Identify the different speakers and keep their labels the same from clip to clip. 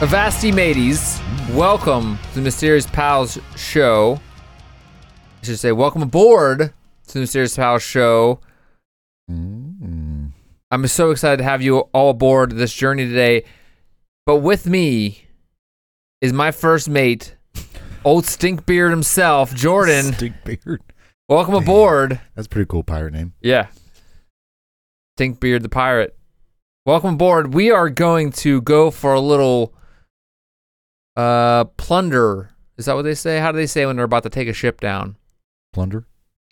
Speaker 1: Avasti mateys, welcome to the Mysterious Pals show. I should say, welcome aboard to the Mysterious Pals show. I'm so excited to have you all aboard this journey today. But with me is my first mate, old Stinkbeard himself, Jordan.
Speaker 2: Stinkbeard.
Speaker 1: Welcome aboard.
Speaker 2: That's a pretty cool pirate name.
Speaker 1: Yeah. Stinkbeard the pirate. Welcome aboard. We are going to go for a little uh plunder. Is that what they say? How do they say when they're about to take a ship down?
Speaker 2: Plunder.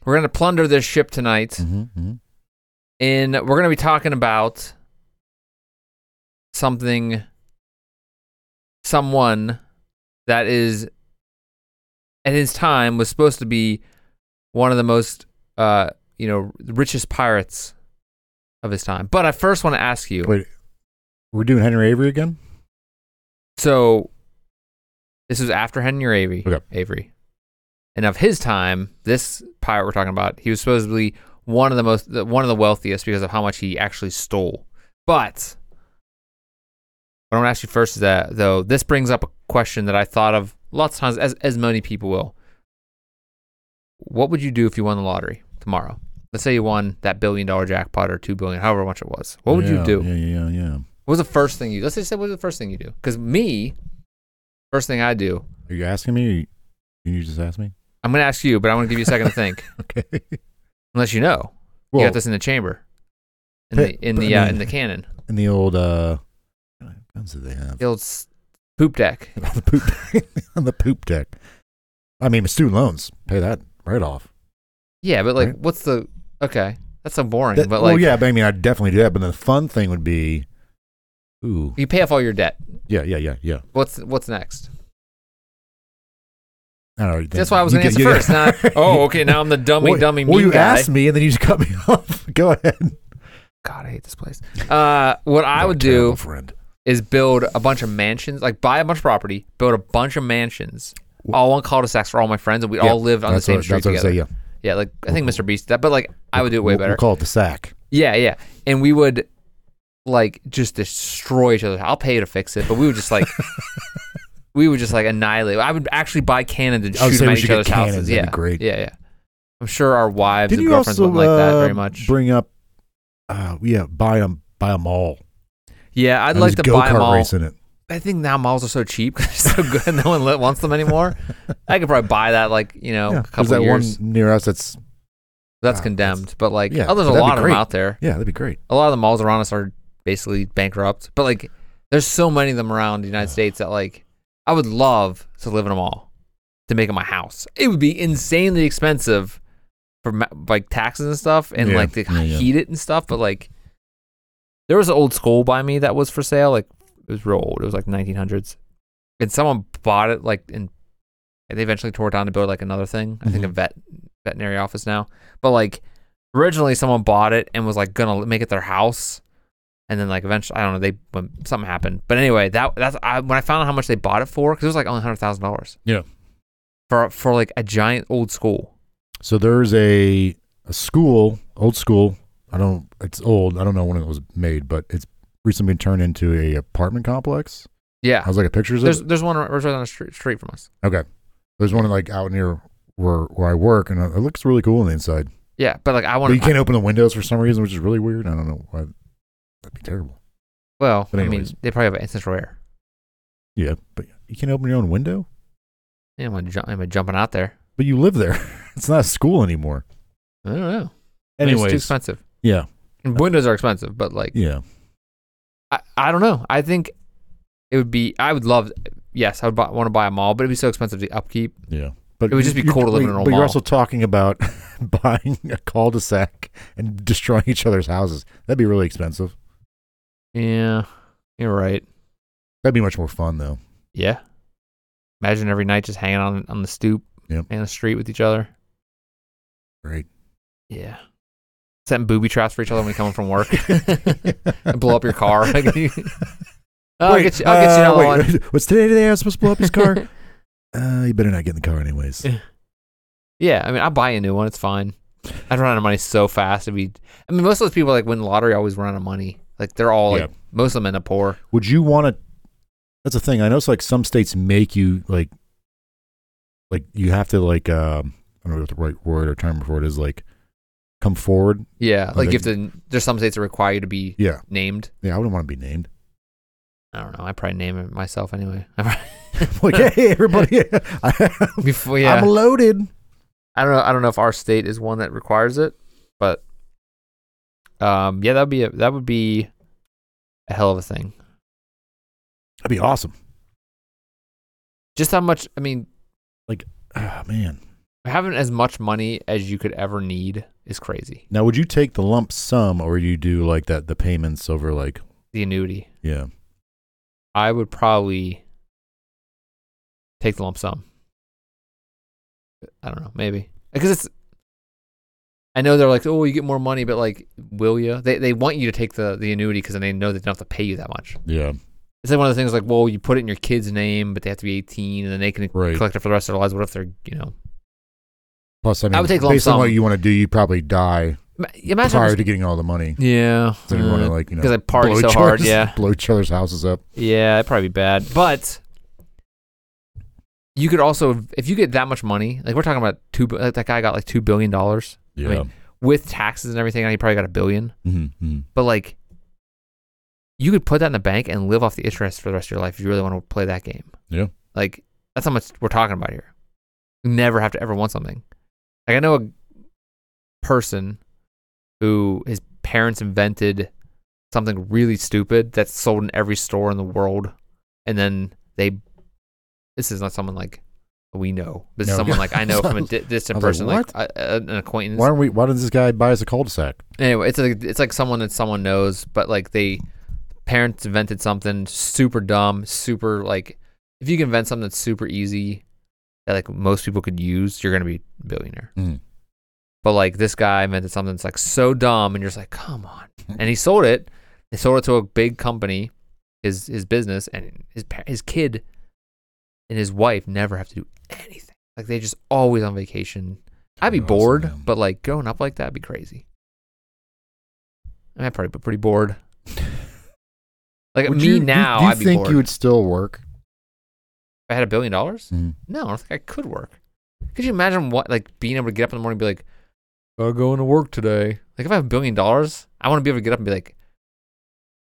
Speaker 1: We're going to plunder this ship tonight
Speaker 2: Mm-hmm, hmm
Speaker 1: and we're going to be talking about something someone that is at his time was supposed to be one of the most uh you know richest pirates of his time but i first want to ask you
Speaker 2: Wait, we're doing Henry Avery again?
Speaker 1: so this is after henry avery
Speaker 2: Okay.
Speaker 1: avery and of his time this pirate we're talking about he was supposedly one of the most the- one of the wealthiest because of how much he actually stole but what i want to ask you first is that though this brings up a question that i thought of lots of times as, as many people will what would you do if you won the lottery tomorrow let's say you won that billion dollar jackpot or two billion however much it was what would you
Speaker 2: Yeah,
Speaker 1: do
Speaker 2: Yeah, yeah, yeah.
Speaker 1: what was the first thing you? Let's just say what was the first thing you do? Because me, first thing I do,
Speaker 2: Are you asking me? Can you just ask me?
Speaker 1: I'm gonna ask you, but I want to give you a second to think.
Speaker 2: Okay.
Speaker 1: Unless you know,
Speaker 2: Well,
Speaker 1: you got this in the chamber, in
Speaker 2: Hey,
Speaker 1: the in
Speaker 2: but
Speaker 1: the
Speaker 2: I
Speaker 1: uh,
Speaker 2: mean-
Speaker 1: in the cannon,
Speaker 2: in the old uh, what kind of guns did they have?
Speaker 1: the old s- poop deck.
Speaker 2: on the poop deck. on the poop deck. I mean, student loans pay that right off.
Speaker 1: Yeah, but like,
Speaker 2: Right.
Speaker 1: what's the okay? That's so boring.
Speaker 2: That-
Speaker 1: but
Speaker 2: well,
Speaker 1: like,
Speaker 2: yeah, but I mean, I'd definitely do that. But then the fun thing would be, ooh,
Speaker 1: you pay off all your debt.
Speaker 2: yeah, yeah, yeah, yeah.
Speaker 1: What's what's next?
Speaker 2: I don't know,
Speaker 1: That's why I was
Speaker 2: you
Speaker 1: gonna
Speaker 2: get-
Speaker 1: answer
Speaker 2: you
Speaker 1: first. Now,
Speaker 2: get-
Speaker 1: oh, okay. Now I'm the dummy,
Speaker 2: well,
Speaker 1: dummy,
Speaker 2: well,
Speaker 1: mean
Speaker 2: you
Speaker 1: guy.
Speaker 2: asked me, and then you just cut me off. Go ahead.
Speaker 1: God, I hate this place. Uh, what I
Speaker 2: You're a
Speaker 1: would
Speaker 2: terrible
Speaker 1: do
Speaker 2: friend.
Speaker 1: is build a bunch of mansions, like buy a bunch of property, build a bunch of mansions,
Speaker 2: Wh-
Speaker 1: all on cul-de-sacs for all my friends, and we
Speaker 2: Yeah,
Speaker 1: all lived on the
Speaker 2: that's
Speaker 1: same
Speaker 2: what,
Speaker 1: street
Speaker 2: that's what I
Speaker 1: together.
Speaker 2: say,
Speaker 1: yeah.
Speaker 2: yeah.
Speaker 1: like I think Mr. Beast did that, but like I would do it way
Speaker 2: We'll-
Speaker 1: better.
Speaker 2: We'll call it the sack.
Speaker 1: yeah, yeah, and we would like just destroy each other. I'll pay you to fix it, but we would just like we would just like annihilate. I would actually buy cannons and
Speaker 2: I would
Speaker 1: shoot
Speaker 2: say
Speaker 1: them
Speaker 2: we
Speaker 1: at
Speaker 2: should
Speaker 1: each
Speaker 2: get
Speaker 1: other's
Speaker 2: cannons,
Speaker 1: houses.
Speaker 2: that'd
Speaker 1: Yeah,
Speaker 2: be great.
Speaker 1: Yeah, yeah. I'm sure our wives
Speaker 2: Didn't
Speaker 1: and
Speaker 2: you
Speaker 1: girlfriends
Speaker 2: also
Speaker 1: wouldn't like that very
Speaker 2: uh,
Speaker 1: much.
Speaker 2: bring up? Uh, yeah, buy them, buy them all.
Speaker 1: yeah, I'd
Speaker 2: And
Speaker 1: like to
Speaker 2: there's
Speaker 1: buy them
Speaker 2: go-kart
Speaker 1: all.
Speaker 2: race in it.
Speaker 1: I think now malls are so cheap 'cause they're so good, no one li- wants them anymore. I could probably buy that, like you know,
Speaker 2: yeah,
Speaker 1: a
Speaker 2: there's
Speaker 1: Oh, couple
Speaker 2: that
Speaker 1: years.
Speaker 2: one near us. That's
Speaker 1: that's
Speaker 2: Ah,
Speaker 1: condemned, but like,
Speaker 2: yeah,
Speaker 1: oh, there's a
Speaker 2: that'd be
Speaker 1: lot of them
Speaker 2: great.
Speaker 1: out there.
Speaker 2: yeah, that'd be great.
Speaker 1: A lot of the malls around us are basically bankrupt, but like, there's so many of them around the United States that like, I would love to live in a mall, to make it my house. It would be insanely expensive for ma- like taxes and stuff, and
Speaker 2: Yeah,
Speaker 1: like to
Speaker 2: yeah, yeah.
Speaker 1: heat it and stuff. But like, there was an old school by me that was for sale. Like, it was real old. It was like 1900s, and someone bought it like in and they eventually tore it down to build like another thing. I think a
Speaker 2: Mhm.
Speaker 1: vet veterinary office now. But like originally someone bought it and was like gonna make it their house, and then like eventually I don't know they when something happened. But anyway, that that's I, when I found out how much they bought it for because it was like only hundred thousand dollars.
Speaker 2: Yeah.
Speaker 1: For for like a giant old school.
Speaker 2: So there's a a school, old school. I don't. It's old. I don't know when it was made, but it's recently been turned into a apartment complex. I
Speaker 1: Yeah.
Speaker 2: was looking at pictures
Speaker 1: Ah. There's
Speaker 2: of it.
Speaker 1: there's one right right down the street, street from us.
Speaker 2: Okay, there's one like out near where where I work, and it looks really cool on the inside.
Speaker 1: Yeah, but like I
Speaker 2: But
Speaker 1: want
Speaker 2: you
Speaker 1: to.
Speaker 2: can't open the windows for some reason, which is really weird. I don't know why. That'd be terrible.
Speaker 1: Well,
Speaker 2: but
Speaker 1: I mean,
Speaker 2: anyways.
Speaker 1: they probably have ancestral air.
Speaker 2: Yeah, but you can't open your own window.
Speaker 1: Yeah, am I, ju- am I jumping out there?
Speaker 2: But you live there. It's not a school anymore.
Speaker 1: I don't know. Maybe it's too
Speaker 2: Anyways,
Speaker 1: expensive.
Speaker 2: yeah,
Speaker 1: And windows are expensive, but like
Speaker 2: yeah.
Speaker 1: I, I don't know. I think it would be. I would love. Yes, I would want to buy a mall, but it'd be so expensive to upkeep.
Speaker 2: Yeah. But
Speaker 1: It would just be
Speaker 2: you're-
Speaker 1: cool to live in an old
Speaker 2: But you're
Speaker 1: mall.
Speaker 2: also talking about buying a cul-de-sac and destroying each other's houses. That'd be really expensive.
Speaker 1: Yeah, you're right.
Speaker 2: That'd be much more fun though.
Speaker 1: Yeah. Imagine every night just hanging on on the stoop
Speaker 2: Yep.
Speaker 1: and the street with each other.
Speaker 2: Right.
Speaker 1: Yeah. Setting booby traps for each other when we come home from work. blow up your car. I'll get you. I'll
Speaker 2: Wait,
Speaker 1: get you another
Speaker 2: uh,
Speaker 1: one.
Speaker 2: wait, Was today today I was supposed to blow up his car? uh, you better not get in the car anyways.
Speaker 1: Yeah, I mean, I'll buy you a new one. It's fine. I'd run out of money so fast. It'd be, I mean, most of those people like win the lottery always run out of money. Like they're all like,
Speaker 2: Yeah.
Speaker 1: most of them end up poor.
Speaker 2: Would you want to That's the thing. I know it's like some states make you like, like you have to like, um, I don't know what the right word or term for it is, like, come forward.
Speaker 1: Yeah,
Speaker 2: I
Speaker 1: like you have
Speaker 2: think-
Speaker 1: to. There's some states that require you to be
Speaker 2: Yeah,
Speaker 1: named.
Speaker 2: yeah. I wouldn't want to be named.
Speaker 1: I don't know. I probably name it myself anyway.
Speaker 2: Like, hey, everybody,
Speaker 1: Before, yeah,
Speaker 2: I'm
Speaker 1: I'm,
Speaker 2: loaded.
Speaker 1: I do not know. I don't know if our state is one that requires it, but um, yeah, that would be a, that would be a hell of a thing.
Speaker 2: That'd be awesome.
Speaker 1: Just how much? I mean,
Speaker 2: Ah, man.
Speaker 1: having as much money as you could ever need is crazy.
Speaker 2: Now, would you take the lump sum or you do like that the payments over like
Speaker 1: The annuity.
Speaker 2: yeah?
Speaker 1: I would probably take the lump sum. I don't know, maybe because it's. I know they're like, oh, you get more money, but like, will you? They they want you to take the the annuity because then they know they don't have to pay you that much.
Speaker 2: Yeah.
Speaker 1: It's like one of the things like, well, you put it in your kid's name, but they have to be 18, and then they can
Speaker 2: Right.
Speaker 1: collect it for the rest of their lives. What if they're, you know,
Speaker 2: Plus, I mean,
Speaker 1: would take lump
Speaker 2: based on what
Speaker 1: sum.
Speaker 2: you want to do, you probably die
Speaker 1: Ma- imagine. how
Speaker 2: prior
Speaker 1: much-
Speaker 2: to getting all the money.
Speaker 1: yeah.
Speaker 2: So you want to
Speaker 1: uh,
Speaker 2: like you know
Speaker 1: 'cause I party
Speaker 2: blow
Speaker 1: so
Speaker 2: each
Speaker 1: hard,
Speaker 2: other's-
Speaker 1: yeah.
Speaker 2: blow each other's houses up.
Speaker 1: Yeah, it'd probably be bad. But you could also, if you get that much money, like we're talking about two, bi- like that guy got like two billion dollars
Speaker 2: Yeah.
Speaker 1: mean, with taxes and everything. He probably got a billion.
Speaker 2: hmm
Speaker 1: But like, you could put that in the bank and live off the interest for the rest of your life if you really want to play that game.
Speaker 2: Yeah.
Speaker 1: Like that's how much we're talking about here. You never have to ever want something. Like I know a person who his parents invented something really stupid that's sold in every store in the world, and then they. This is not someone like we know. This
Speaker 2: No.
Speaker 1: is someone like I know from a di-
Speaker 2: I
Speaker 1: distant
Speaker 2: was like,
Speaker 1: person, like, a- a- an acquaintance.
Speaker 2: Why don't we? Why does this guy buy us a cul-de-sac?
Speaker 1: Anyway, it's like it's like someone that someone knows, but like they parents invented something super dumb, super like if you can invent something that's super easy that like most people could use, you're gonna be a billionaire.
Speaker 2: Mm.
Speaker 1: But like this guy invented something that's like so dumb, and you're just like, come on. And he sold it. He sold it to a big company, his his business, and his pa- his kid and his wife never have to do anything. Like they just always on vacation. I'd be
Speaker 2: Awesome,
Speaker 1: bored,
Speaker 2: man.
Speaker 1: but like growing up like that'd be crazy. I mean, I'd probably be pretty bored. Like
Speaker 2: Would
Speaker 1: me
Speaker 2: you- do-
Speaker 1: now,
Speaker 2: do you
Speaker 1: I'd be
Speaker 2: think
Speaker 1: bored.
Speaker 2: you would still work?
Speaker 1: If I had a billion dollars?
Speaker 2: Mhm.
Speaker 1: No, I don't think I could work. Could you imagine what like being able to get up in the morning and be like,
Speaker 2: Uh,
Speaker 1: I'm going to work today. Like if I have a billion dollars, I want to be able to get up and be like,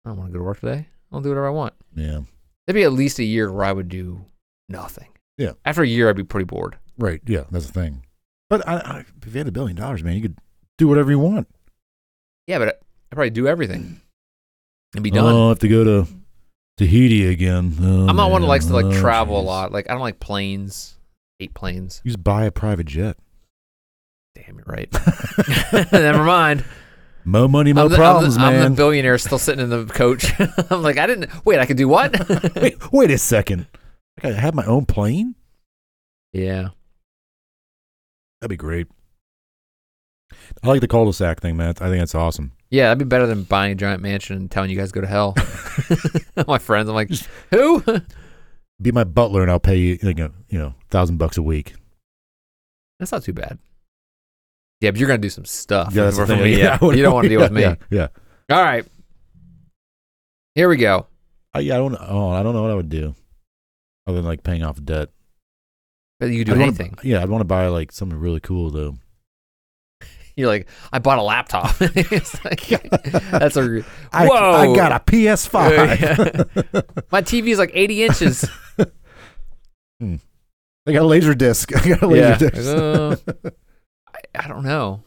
Speaker 1: I don't want to go to work today. I'll do whatever I want.
Speaker 2: Yeah.
Speaker 1: There'd be at least a year where I would do nothing.
Speaker 2: Yeah.
Speaker 1: After a year, I'd be pretty bored.
Speaker 2: Right. Yeah. That's the thing. But I, I, if you had a billion dollars, man, you could do whatever you want.
Speaker 1: Yeah, but I probably do everything and be done.
Speaker 2: Oh, I have to go to Tahiti again. Oh,
Speaker 1: I'm not one that
Speaker 2: man.
Speaker 1: likes to like
Speaker 2: Oh,
Speaker 1: travel
Speaker 2: jeez.
Speaker 1: a lot. Like I don't like planes. Hate planes.
Speaker 2: You just buy a private jet.
Speaker 1: Damn, you're right. Never mind.
Speaker 2: Mo money, mo
Speaker 1: I'm the,
Speaker 2: problems,
Speaker 1: I'm the, I'm
Speaker 2: man.
Speaker 1: the billionaire still sitting in the coach. I'm like, I didn't. Wait, I could do what?
Speaker 2: wait, wait a second. I gotta have my own plane.
Speaker 1: yeah.
Speaker 2: That'd be great. I like the cul-de-sac thing, man. I think that's awesome.
Speaker 1: Yeah, that'd be better than buying a giant mansion and telling you guys to go to hell. My friends, I'm like, who?
Speaker 2: Be my butler, and I'll pay you, like a, you know, thousand bucks a week.
Speaker 1: That's not too bad. Yeah, but you're gonna do some stuff.
Speaker 2: Yeah, that's the
Speaker 1: for
Speaker 2: thing.
Speaker 1: me.
Speaker 2: Yeah, I would-
Speaker 1: you don't want to deal with me.
Speaker 2: Yeah, yeah.
Speaker 1: All right. Here we go.
Speaker 2: I, yeah, I don't. Oh, I don't know what I would do, other than like paying off debt.
Speaker 1: But you could do
Speaker 2: I'd wanna
Speaker 1: anything.
Speaker 2: bu- yeah, I'd want to buy like something really cool though.
Speaker 1: You're like, I bought a laptop. It's like- that's a re-
Speaker 2: I,
Speaker 1: whoa.
Speaker 2: I got a PS5.
Speaker 1: my TV is like 80 inches.
Speaker 2: I got a laser disc. I got a laser
Speaker 1: Yeah.
Speaker 2: disc.
Speaker 1: Uh, I, I don't know.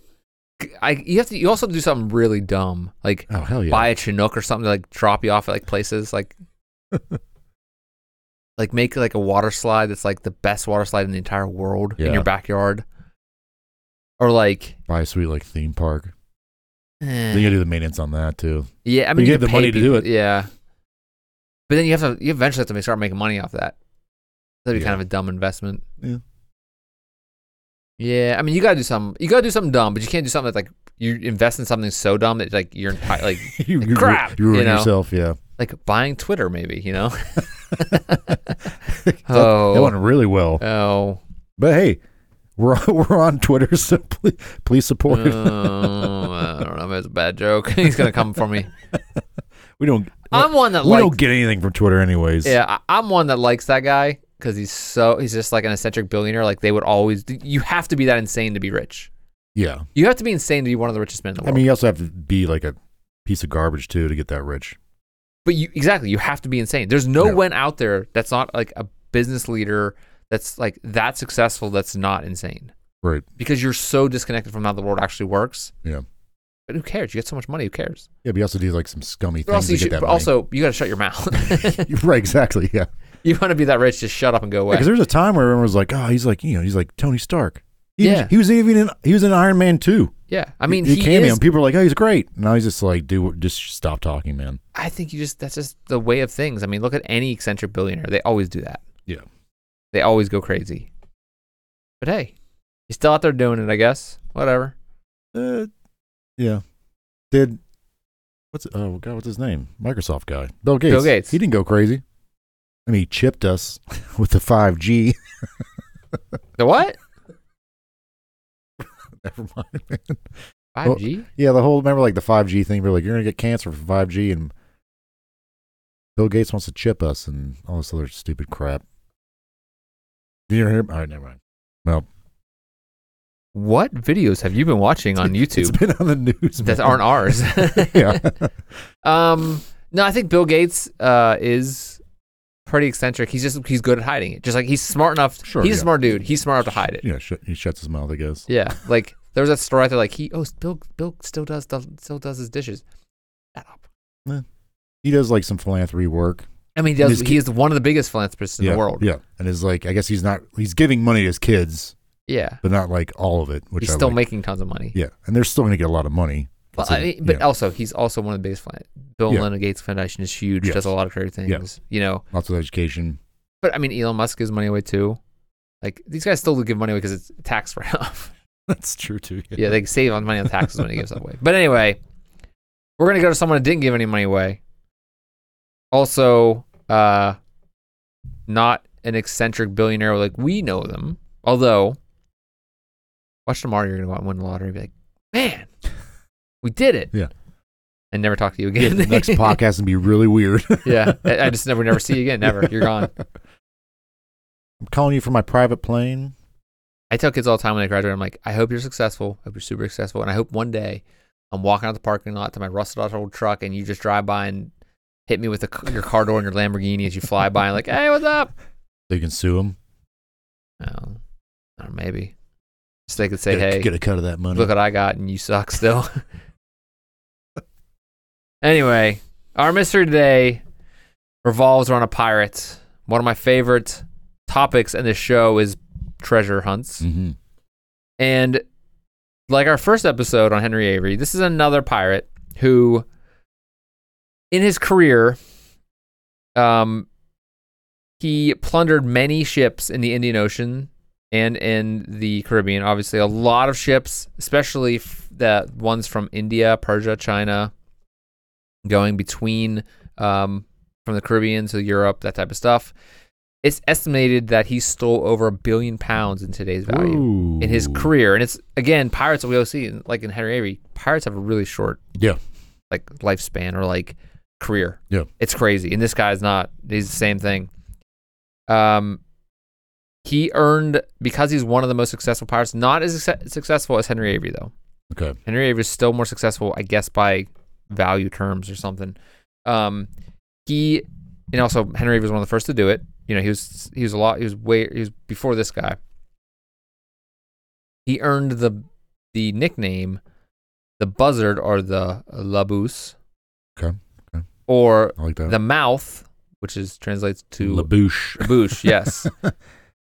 Speaker 1: I you have to you also have to do something really dumb like
Speaker 2: oh hell yeah!
Speaker 1: buy a Chinook or something to like drop you off at like places like like make like a water slide that's like the best water slide in the entire world in
Speaker 2: Yeah.
Speaker 1: your backyard or like
Speaker 2: buy a sweet like theme park.
Speaker 1: eh.
Speaker 2: Then you gotta do the maintenance on that too.
Speaker 1: Yeah, I
Speaker 2: But
Speaker 1: mean,
Speaker 2: you
Speaker 1: could
Speaker 2: have the
Speaker 1: pay
Speaker 2: money to do
Speaker 1: people- Yeah, but then you have to. You eventually have to make- start making money off that. That'd be
Speaker 2: Yeah.
Speaker 1: kind of a dumb investment.
Speaker 2: Yeah.
Speaker 1: Yeah, I mean, you gotta do something. You gotta do something dumb, but you can't do something that's like you invest in something so dumb that like you're enti- like
Speaker 2: you, you,
Speaker 1: Crap,
Speaker 2: you ruin
Speaker 1: you know?
Speaker 2: yourself. Yeah.
Speaker 1: like buying Twitter, maybe you know.
Speaker 2: That- That
Speaker 1: Oh.
Speaker 2: went really well.
Speaker 1: Oh,
Speaker 2: But hey, we're we're on Twitter, so please, please
Speaker 1: Uh-huh.
Speaker 2: support.
Speaker 1: oh, I don't know. That's a bad joke. He's gonna come for me.
Speaker 2: we don't.
Speaker 1: I'm one that
Speaker 2: we
Speaker 1: likes.
Speaker 2: don't get anything from Twitter, anyways.
Speaker 1: Yeah, I, I'm one that likes that guy because he's so he's just like an eccentric billionaire. Like they would always. You have to be that insane to be rich.
Speaker 2: yeah.
Speaker 1: You have to be insane to be one of the richest men in the
Speaker 2: I
Speaker 1: world.
Speaker 2: mean, you also have to be like a piece of garbage too to get that rich.
Speaker 1: but you exactly you have to be insane. There's no
Speaker 2: Yeah.
Speaker 1: one out there that's not like a business leader that's like that successful that's not insane
Speaker 2: Right.
Speaker 1: because you're so disconnected from how the world actually works.
Speaker 2: Yeah.
Speaker 1: But who cares? You get so much money. Who cares?
Speaker 2: Yeah, but you also do like some scummy
Speaker 1: But
Speaker 2: things
Speaker 1: also,
Speaker 2: to
Speaker 1: you
Speaker 2: get
Speaker 1: should,
Speaker 2: that
Speaker 1: but
Speaker 2: money.
Speaker 1: also you got to shut your mouth.
Speaker 2: right, exactly. Yeah.
Speaker 1: you want to be that rich? Just shut up and go away.
Speaker 2: Because there was a time where everyone was like, "Oh, he's like, you know, he's like Tony Stark." He
Speaker 1: Yeah.
Speaker 2: Was, he was even in. He was in Iron Man too.
Speaker 1: yeah. I mean,
Speaker 2: he,
Speaker 1: he,
Speaker 2: came
Speaker 1: is-
Speaker 2: in. People were like, "Oh, he's great." Now he's just like, "Dude, just stop talking, man."
Speaker 1: I think you just that's just the way of things. I mean, look at any eccentric billionaire. They always do that.
Speaker 2: Yeah.
Speaker 1: They always go crazy. But hey, he's still out there doing it, I guess. Whatever.
Speaker 2: Uh, yeah. Did what's oh god, what's his name? Microsoft guy, Bill Gates.
Speaker 1: Bill Gates.
Speaker 2: He didn't go crazy. I mean, he chipped us with the five G.
Speaker 1: The what?
Speaker 2: Never mind, man.
Speaker 1: 5G?
Speaker 2: Yeah, the whole remember like the five G thing. We're like, you're gonna get cancer from five G, and Bill Gates wants to chip us and all this other stupid crap. Did you ever hear? All right, never mind.
Speaker 1: What videos have you been watching on
Speaker 2: It's
Speaker 1: YouTube
Speaker 2: been on the news.
Speaker 1: that
Speaker 2: man.
Speaker 1: aren't ours?
Speaker 2: yeah,
Speaker 1: Um, no, I think Bill Gates uh, is pretty eccentric. He's just he's good at hiding it. Just like he's smart enough.
Speaker 2: Sure,
Speaker 1: he's a
Speaker 2: yeah.
Speaker 1: smart dude. He's smart enough to hide it.
Speaker 2: yeah. Sh- he shuts his mouth, I guess.
Speaker 1: Yeah. Like there was that story out there. Like he oh Bill Bill still does still does his dishes. Shut up.
Speaker 2: He does like some philanthropy work.
Speaker 1: I mean, he does.
Speaker 2: Just
Speaker 1: He
Speaker 2: keep-
Speaker 1: is one of the biggest philanthropists in
Speaker 2: yeah,
Speaker 1: the world.
Speaker 2: Yeah, and is like, I guess he's not. He's giving money to his kids,
Speaker 1: Yeah.
Speaker 2: but not like all of it. Which
Speaker 1: he's
Speaker 2: I
Speaker 1: still
Speaker 2: like.
Speaker 1: making tons of money.
Speaker 2: Yeah, and they're still gonna get a lot of money.
Speaker 1: But, I
Speaker 2: Consider-
Speaker 1: mean, but uh,
Speaker 2: yeah.
Speaker 1: also, he's also one of the biggest. Filan- Bill and
Speaker 2: Yeah.
Speaker 1: Melinda Gates Foundation is huge.
Speaker 2: Yes.
Speaker 1: Does a lot of great things.
Speaker 2: Yeah.
Speaker 1: You know,
Speaker 2: Lots of education.
Speaker 1: But I mean, Elon Musk gives money away too. Like these guys still give money away because it's tax write off.
Speaker 2: That's true too.
Speaker 1: yeah, they save on money on taxes when he gives that away. But anyway, we're gonna go to someone who didn't give any money away. Also, uh, not an eccentric billionaire like we know them. Although, watch tomorrow, you're gonna go out and win the lottery. And be like, man, we did it.
Speaker 2: Yeah.
Speaker 1: And never talk to you
Speaker 2: Yeah,
Speaker 1: again.
Speaker 2: the next podcast and be really weird.
Speaker 1: yeah, I I just never, never see you again. Never. You're gone.
Speaker 2: I'm calling you from my private plane.
Speaker 1: I tell kids all the time when I graduate, I'm like, I hope you're successful. I hope you're super successful. And I hope one day I'm walking out the parking lot to my rusted out old truck and you just drive by and hit me with the, c- your car door and your Lamborghini as you fly by and like, hey, what's up?
Speaker 2: So you can sue him.
Speaker 1: Oh, or maybe. So they could say,
Speaker 2: get a,
Speaker 1: hey,
Speaker 2: get a cut of that money.
Speaker 1: look what I got and you suck still. anyway, our mystery today revolves around a pirate. One of my favorite topics in this show is treasure hunts.
Speaker 2: hmm
Speaker 1: And like our first episode on Henry Avery, this is another pirate who, in his career, um, he plundered many ships in the Indian Ocean and in the Caribbean. Obviously, a lot of ships, especially f- the ones from India, Persia, China, going between um, from the Caribbean to Europe, that type of stuff. It's estimated that he stole over a billion pounds in today's value in his career. And it's again, pirates we always see like in Henry Avery, pirates have a really short
Speaker 2: Yeah.
Speaker 1: like lifespan or like career.
Speaker 2: Yeah.
Speaker 1: It's crazy. And this guy's not he's the same thing. Um he earned because he's one of the most successful pirates, not as succe- successful as Henry Avery though.
Speaker 2: Okay.
Speaker 1: Henry Avery is still more successful, I guess, by value terms or something. Um, he and also Henry Avery was one of the first to do it. You know, he was he was a lot he was way he was before this guy. He earned the the nickname the buzzard or the labus.
Speaker 2: Okay, okay.
Speaker 1: Or
Speaker 2: I like that.
Speaker 1: the mouth, which is translates to
Speaker 2: Labouche.
Speaker 1: Boosh, yes,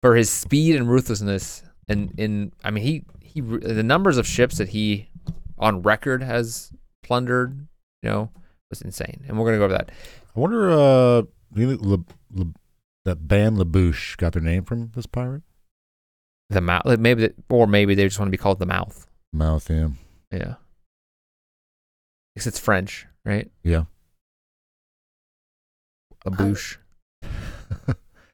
Speaker 1: for his speed and ruthlessness, and in I mean he he re- the numbers of ships that he on record has plundered, you know, was insane. And we're gonna go over that.
Speaker 2: I wonder. Uh, do you think Lab- Lab- that band Labouche got their name from this pirate?
Speaker 1: The mouth, like maybe, that, or maybe they just want to be called the mouth.
Speaker 2: Mouth him.
Speaker 1: Yeah, because it's French, right?
Speaker 2: Yeah.
Speaker 1: A boosh.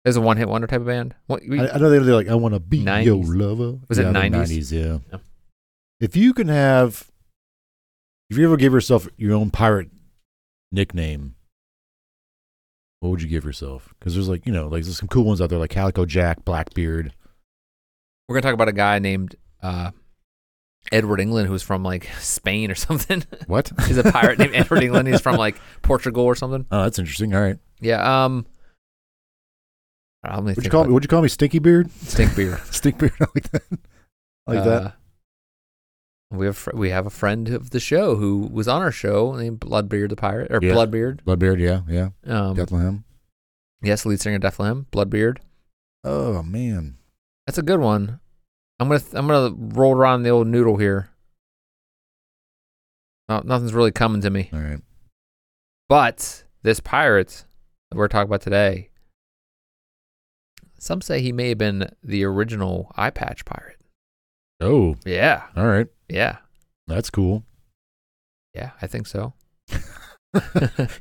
Speaker 1: There's a one-hit wonder type of band. What, we,
Speaker 2: I, I know they were like, I want to be your
Speaker 1: 90s.
Speaker 2: lover.
Speaker 1: Was it
Speaker 2: Yeah, the
Speaker 1: 90s?
Speaker 2: 90s, yeah.
Speaker 1: Yeah.
Speaker 2: If you can have, if you ever give yourself your own pirate nickname, what would you give yourself? Because there's like you know like there's some cool ones out there like Calico Jack, Blackbeard.
Speaker 1: We're gonna talk about a guy named uh, Edward England, who's from like Spain or something.
Speaker 2: What?
Speaker 1: He's a pirate named Edward England. He's from like Portugal or something.
Speaker 2: Oh, that's interesting. All right.
Speaker 1: Yeah. Um. I'm
Speaker 2: Would you call me? Would you call me Stinky Beard?
Speaker 1: stink beer?
Speaker 2: Stink Beard. I like that. I like that.
Speaker 1: Uh, We have fr- we have a friend of the show who was on our show named Bloodbeard the pirate or
Speaker 2: Yeah.
Speaker 1: Bloodbeard.
Speaker 2: Bloodbeard. Yeah, yeah.
Speaker 1: Um,
Speaker 2: Death Lamb.
Speaker 1: Yes, lead singer of Def Lamb, Bloodbeard.
Speaker 2: Oh man.
Speaker 1: That's a good one. I'm gonna th- I'm gonna roll around the old noodle here. No, nothing's really coming to me.
Speaker 2: All right.
Speaker 1: But this pirate that we're talking about today, some say he may have been the original eye patch pirate.
Speaker 2: Oh,
Speaker 1: Yeah,
Speaker 2: all right.
Speaker 1: yeah,
Speaker 2: That's cool.
Speaker 1: yeah. I think so.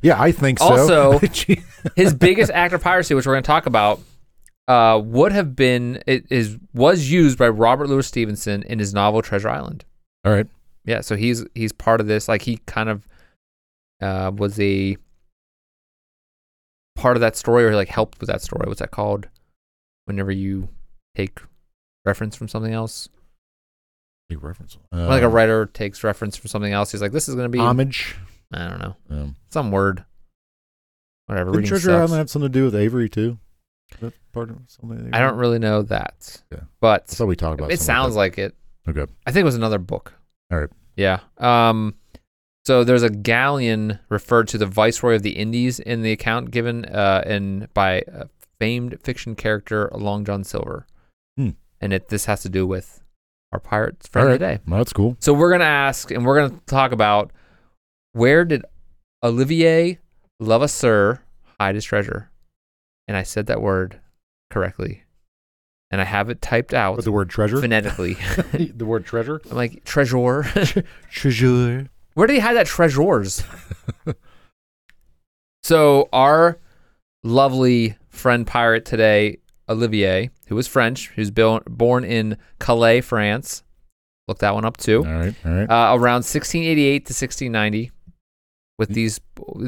Speaker 2: Yeah, I think
Speaker 1: Also-
Speaker 2: so. Gee.
Speaker 1: his biggest act of piracy, which we're going to talk about, uh, would have been it is was used by Robert Louis Stevenson in his novel Treasure Island.
Speaker 2: all right.
Speaker 1: Yeah, so he's he's part of this. Like he kind of uh, was a part of that story, or like helped with that story. What's that called? Whenever you take reference from something else,
Speaker 2: Big reference.
Speaker 1: like a
Speaker 2: Um,
Speaker 1: writer takes reference from something else, he's like, "This is going to be
Speaker 2: homage.
Speaker 1: I don't know
Speaker 2: Um,
Speaker 1: some word, whatever."
Speaker 2: Didn't
Speaker 1: reading
Speaker 2: Treasure
Speaker 1: sucks.
Speaker 2: Island have something to do with Avery too? Is that part of something? Avery?
Speaker 1: I don't really know that,
Speaker 2: Yeah.
Speaker 1: but
Speaker 2: That's how we talk about.
Speaker 1: it sounds like it.
Speaker 2: like. Okay.
Speaker 1: I think it was another book.
Speaker 2: All right.
Speaker 1: Yeah. Um, so there's a galleon referred to the Viceroy of the Indies in the account given uh, in by a famed fiction character Long John Silver.
Speaker 2: Hmm.
Speaker 1: And it this has to do with our pirate
Speaker 2: All
Speaker 1: friend
Speaker 2: right.
Speaker 1: today.
Speaker 2: Well, that's cool.
Speaker 1: So we're gonna ask and we're gonna talk about where did Olivier Levasseur hide his treasure? And I said that word correctly. And I have it typed out
Speaker 2: With the word treasure.
Speaker 1: phonetically.
Speaker 2: the word treasure.
Speaker 1: I'm like, treasure.
Speaker 2: Treasure.
Speaker 1: Where did he hide that treasures? so our lovely friend pirate today, Olivier, who is French, who's bil- born in Calais, France. Look that one up
Speaker 2: All
Speaker 1: too.
Speaker 2: right. All right.
Speaker 1: Uh, around 1688 to 1690. With
Speaker 2: Mm-hmm.
Speaker 1: these,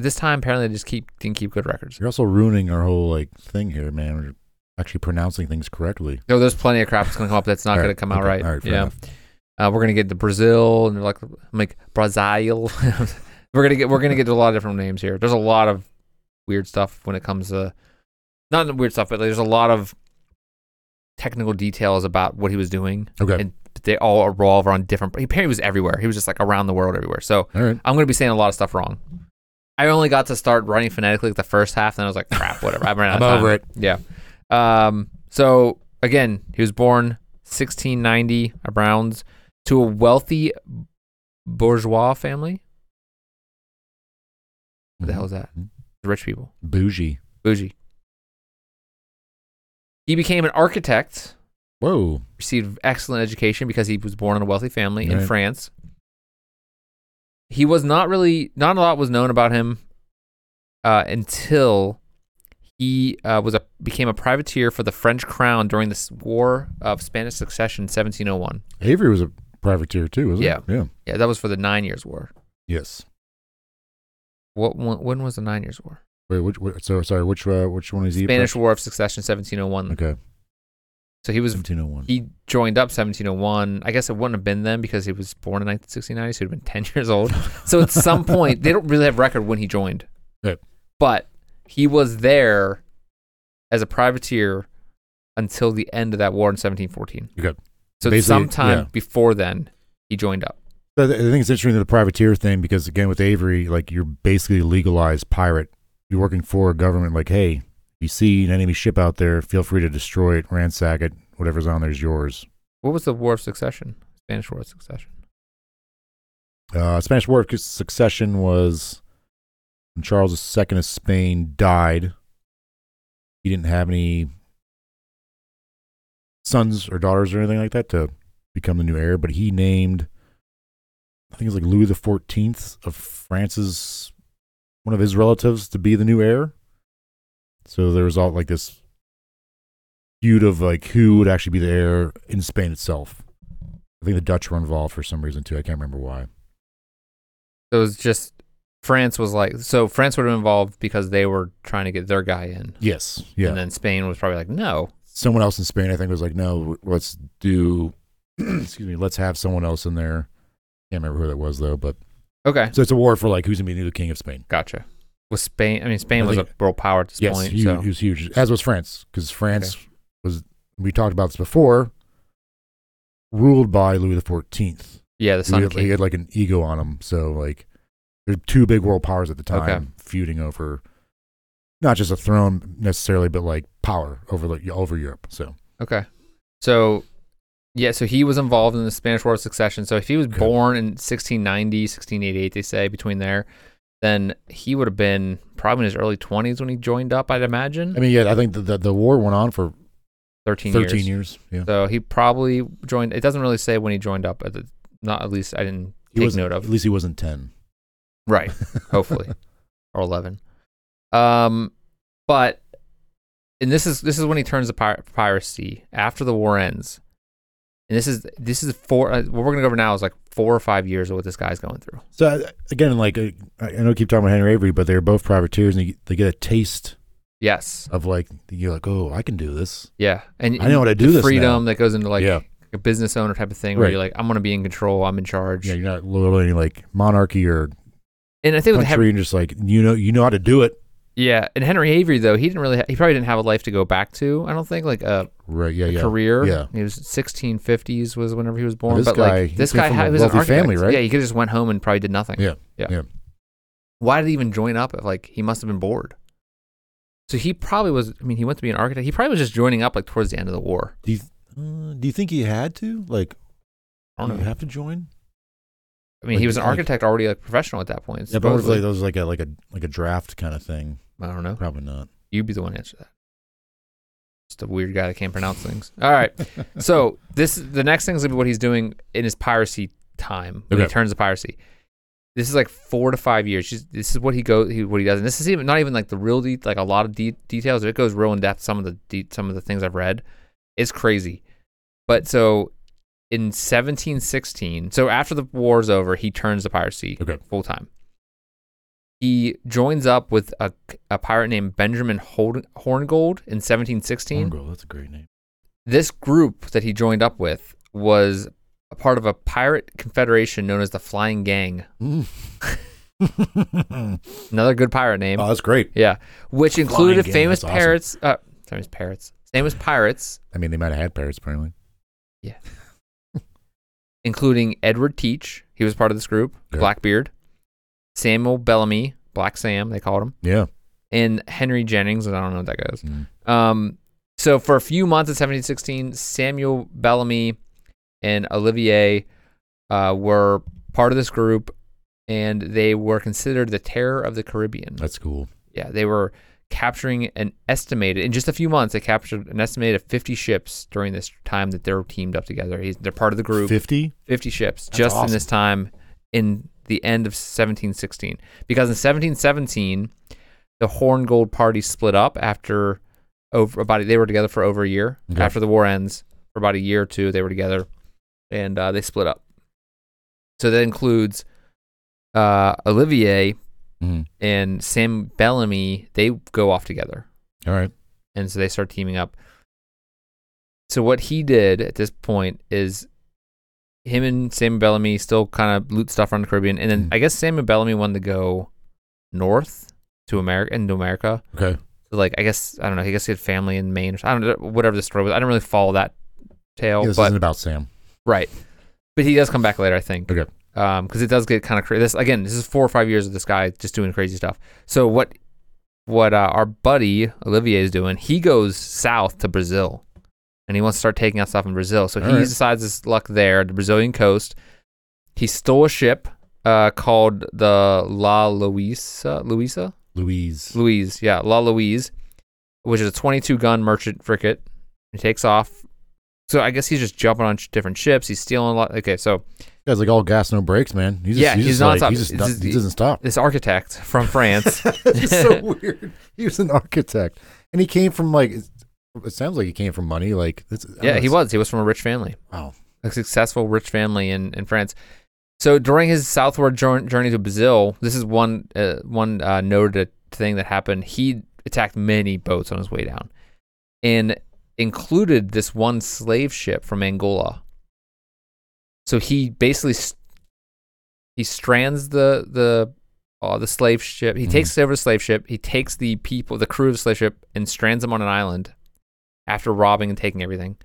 Speaker 1: this time apparently they just keep didn't keep good records.
Speaker 2: You're also ruining our whole like thing here, man. We're actually pronouncing things correctly.
Speaker 1: No, there's plenty of crap that's gonna come up that's not
Speaker 2: All
Speaker 1: gonna come out
Speaker 2: okay,
Speaker 1: right.
Speaker 2: All right. Fair
Speaker 1: yeah,
Speaker 2: Enough.
Speaker 1: uh, we're gonna get to Brazil and they're like I'm like Brazil. we're gonna get we're gonna get to a lot of different names here. There's a lot of weird stuff when it comes to not the weird stuff, but there's a lot of technical details about what he was doing.
Speaker 2: Okay.
Speaker 1: And they all revolve around different. He apparently was everywhere. He was just like around the world everywhere. So
Speaker 2: all right.
Speaker 1: I'm gonna be saying a lot of stuff wrong. I only got to start running phonetically like the first half, and I was like, crap, whatever. I ran out
Speaker 2: I'm
Speaker 1: of time.
Speaker 2: over it.
Speaker 1: Yeah. Um, so again, he was born 1690 around to a wealthy bourgeois family. What the hell is that?
Speaker 2: Mhm.
Speaker 1: Rich people,
Speaker 2: Bougie.
Speaker 1: bougie. He became an architect,
Speaker 2: Whoa.
Speaker 1: received excellent education because he was born in a wealthy family in
Speaker 2: Right.
Speaker 1: France. He was not really, not a lot was known about him uh, until he uh, was a became a privateer for the French crown during the War of Spanish Succession, 1701.
Speaker 2: Avery was a privateer too, wasn't
Speaker 1: Yeah.
Speaker 2: he? Yeah.
Speaker 1: Yeah, that was for the Nine Years' War.
Speaker 2: Yes.
Speaker 1: What when, when was the Nine Years' War?
Speaker 2: Wait. Which? What, so sorry. Which? Uh, which one is he? a
Speaker 1: Spanish War of Succession, 1701.
Speaker 2: pri- Okay.
Speaker 1: So he was E
Speaker 2: 1701.
Speaker 1: he joined up 1701. I guess it wouldn't have been then because he was born in 1969, so he'd been 10 years old. So at some point, they don't really have record when he joined.
Speaker 2: Right.
Speaker 1: But he was there as a privateer until the end of that war in 1714.
Speaker 2: Okay.
Speaker 1: So
Speaker 2: Basically,
Speaker 1: sometime
Speaker 2: yeah.
Speaker 1: before then, he joined up.
Speaker 2: I th- I think it's interesting the privateer thing because again with Avery, like you're basically a legalized pirate. You're working for a government. Like, hey, if you see an enemy ship out there, feel free to destroy it, ransack it. Whatever's on there is yours.
Speaker 1: What was the War of Succession? Spanish War of Succession.
Speaker 2: Uh, Spanish War of Succession was when Charles II of Spain died. He didn't have any sons or daughters or anything like that to become the new heir, but he named, I think it's like Louis the Fourteenth of France's one of his relatives to be the new heir. So there was all like this feud of like who would actually be the heir in Spain itself. I think the Dutch were involved for some reason too. I can't remember why.
Speaker 1: So it was just France was like, so France would have been involved because they were trying to get their guy in.
Speaker 2: Yes. Yeah.
Speaker 1: And then Spain was probably like, no.
Speaker 2: someone else in Spain, I think, was like, "No, w- let's do." excuse me. Let's have someone else in there. Can't remember who that was though. But
Speaker 1: Okay.
Speaker 2: so it's a war for like who's gonna be the new king of Spain.
Speaker 1: Gotcha. Was Spain, I mean, Spain
Speaker 2: I
Speaker 1: was
Speaker 2: think-
Speaker 1: a world power at this
Speaker 2: Yes,
Speaker 1: point.
Speaker 2: huge,
Speaker 1: so.
Speaker 2: it was huge. As was France, because France was. We talked about this before. Ruled by Louis the Fourteenth.
Speaker 1: Yeah, the
Speaker 2: He,
Speaker 1: Sun
Speaker 2: had- he
Speaker 1: King.
Speaker 2: had like an ego on him. So like, there are two big world powers at the time
Speaker 1: Okay.
Speaker 2: feuding over. Not just a throne necessarily, but like power over like over Europe. So
Speaker 1: Okay. So, yeah, so he was involved in the Spanish War of Succession. So if he was
Speaker 2: Okay.
Speaker 1: born in 1690, 1688, they say, between there, then he would have been probably in his early 20s when he joined up, I'd imagine.
Speaker 2: I mean, yeah, I think the the, the war went on for
Speaker 1: 13,
Speaker 2: thirteen
Speaker 1: years.
Speaker 2: years. Yeah,
Speaker 1: So he probably joined. It doesn't really say when he joined up. At the, not at least I didn't
Speaker 2: he
Speaker 1: take
Speaker 2: was
Speaker 1: note
Speaker 2: At
Speaker 1: of.
Speaker 2: least he wasn't ten.
Speaker 1: Right, hopefully. or eleven. Um, but and this is this is when he turns to pir- piracy after the war ends. And this is this is four. Uh, what we're gonna go over now is like four or five years of what this guy's going through.
Speaker 2: So I- again, like I I know, I keep talking about Henry Avery, but they're both privateers, and you, they get a taste
Speaker 1: Yes.
Speaker 2: of like you're like, oh, I can do this.
Speaker 1: Yeah. And
Speaker 2: I know how to
Speaker 1: the
Speaker 2: do this
Speaker 1: freedom that goes into like
Speaker 2: Yeah.
Speaker 1: a business owner type of thing where
Speaker 2: Right.
Speaker 1: you're like, I'm gonna be in control. I'm in charge.
Speaker 2: Yeah, you're not loyal to any like monarchy or
Speaker 1: And I think with
Speaker 2: country,
Speaker 1: Henry,
Speaker 2: and just like you know, you know how to do it.
Speaker 1: yeah, and Henry Avery though, he didn't really ha- he probably didn't have a life to go back to. I don't think like uh
Speaker 2: Right? Yeah, yeah.
Speaker 1: career.
Speaker 2: Yeah.
Speaker 1: he was 1650s was whenever he was born.
Speaker 2: this
Speaker 1: but
Speaker 2: guy-
Speaker 1: like
Speaker 2: he
Speaker 1: this
Speaker 2: came
Speaker 1: guy
Speaker 2: from
Speaker 1: had,
Speaker 2: a
Speaker 1: he was an
Speaker 2: wealthy family,
Speaker 1: architect.
Speaker 2: right?
Speaker 1: Yeah, he could just went home and probably did nothing.
Speaker 2: Yeah,
Speaker 1: yeah,
Speaker 2: yeah.
Speaker 1: Why did he even join up? If like he must have been bored. So he probably was. I mean, he went to be an architect. He probably was just joining up like towards the end of the war.
Speaker 2: Do you, uh, do you think he had to like?
Speaker 1: I don't
Speaker 2: you
Speaker 1: know.
Speaker 2: have to join.
Speaker 1: I mean,
Speaker 2: Like,
Speaker 1: he was an
Speaker 2: like-
Speaker 1: architect already, like professional at that point.
Speaker 2: Yeah, but what if like,
Speaker 1: supposedly.
Speaker 2: there was like a like a like a draft kind of thing.
Speaker 1: I don't know.
Speaker 2: Probably not.
Speaker 1: You'd be the one to answer that. Just a weird guy that can't pronounce things. All right. so this the next thing's gonna be what he's doing in his piracy time when he
Speaker 2: Okay.
Speaker 1: turns to piracy. This is like four to five years. Just- This is what he goes, he, what he does, and this is even not even like the real de- like a lot of de- details. It goes real in depth. Some of the de- some of the things I've read, it's crazy. But so in 1716, so after the war's over, he turns to piracy
Speaker 2: Okay.
Speaker 1: full time. He joins up with a, a pirate named Benjamin Hold- Horngold in 1716
Speaker 2: Mongrel, that's a great name.
Speaker 1: this group that he joined up with was a part of a pirate confederation known as the Flying Gang.
Speaker 2: oh,
Speaker 1: Another good pirate name.
Speaker 2: that's great.
Speaker 1: yeah. Which
Speaker 2: Uh, Flying
Speaker 1: included
Speaker 2: Gang,
Speaker 1: famous
Speaker 2: that's awesome.
Speaker 1: parrots. Uh, famous parrots. Famous pirates,
Speaker 2: I mean, they might have had parrots apparently.
Speaker 1: including Edward Teach. He was part of this group.
Speaker 2: Okay.
Speaker 1: Blackbeard. Samuel Bellamy. Black Sam, they called him.
Speaker 2: Yeah.
Speaker 1: And Henry Jennings. And I don't know what that guy is.
Speaker 2: Mm.
Speaker 1: Um, so for a few months in 1716, Samuel Bellamy and Olivier uh, were part of this group, and they were considered the terror of the Caribbean.
Speaker 2: That's cool.
Speaker 1: Yeah, they were capturing an estimated in just a few months. They captured an estimated 50 ships during this time that they're teamed up together. He's, they're part of the group.
Speaker 2: 50?
Speaker 1: 50 ships
Speaker 2: That's
Speaker 1: just in
Speaker 2: awesome.
Speaker 1: this time in the end of 1716 because in 1717 the horn gold party split up after over about they were together for over a year
Speaker 2: Okay.
Speaker 1: after the war ends for about a year or two they were together and uh, they split up so that includes uh, olivier Mm-hmm.
Speaker 2: Mhm.
Speaker 1: and sam bellamy they go off together
Speaker 2: All right.
Speaker 1: and so they start teaming up. So what he did at this point is him and Sam Bellamy still kind of loot stuff around the Caribbean, and then
Speaker 2: Mm.
Speaker 1: I guess Sam and Bellamy wanted to go north to America into America.
Speaker 2: Okay.
Speaker 1: So like I guess I don't know. I guess he had family in Maine. Or, I don't know whatever the story was. I don't really follow that tale,
Speaker 2: Yeah, this
Speaker 1: Oh, but
Speaker 2: isn't about Sam.
Speaker 1: right. But he does come back later, I think.
Speaker 2: Okay.
Speaker 1: Um, because it does get kind of crazy. This again, this is four or five years of this guy just doing crazy stuff. So what, what uh, our buddy Olivier is doing, he goes south to Brazil, and he wants to start taking out stuff in Brazil. So
Speaker 2: All
Speaker 1: he
Speaker 2: right.
Speaker 1: decides his luck there, the Brazilian coast. He stole a ship uh, called the La Luisa, Luisa,
Speaker 2: Louise.
Speaker 1: Louise, yeah, La Louise, which is a 22 gun merchant frigate. He takes off. So I guess he's just jumping on sh- different ships. He's stealing a lot. Okay, so
Speaker 2: guy's like all gas, no brakes, man. He's just,
Speaker 1: Yeah,
Speaker 2: he's,
Speaker 1: he's
Speaker 2: just like,
Speaker 1: nonstop.
Speaker 2: he's just
Speaker 1: It's
Speaker 2: not-
Speaker 1: just-
Speaker 2: he doesn't stop.
Speaker 1: this architect from France,
Speaker 2: it's so weird. He was an architect. And he came from like, it sounds like he came from money. Like, it's, I don't
Speaker 1: yeah,
Speaker 2: know,
Speaker 1: he
Speaker 2: it's-
Speaker 1: was. He was from a rich family,
Speaker 2: Wow.
Speaker 1: a successful rich family in, in France. So during his southward jour- journey to Brazil, this is one uh, one uh, noted thing that happened. He attacked many boats on his way down, and included this one slave ship from Angola. So he basically st- he strands the the uh, the slave ship. He
Speaker 2: Mhm.
Speaker 1: takes over the slave ship. He takes the people, the crew of the slave ship, and strands them on an island after robbing and taking everything.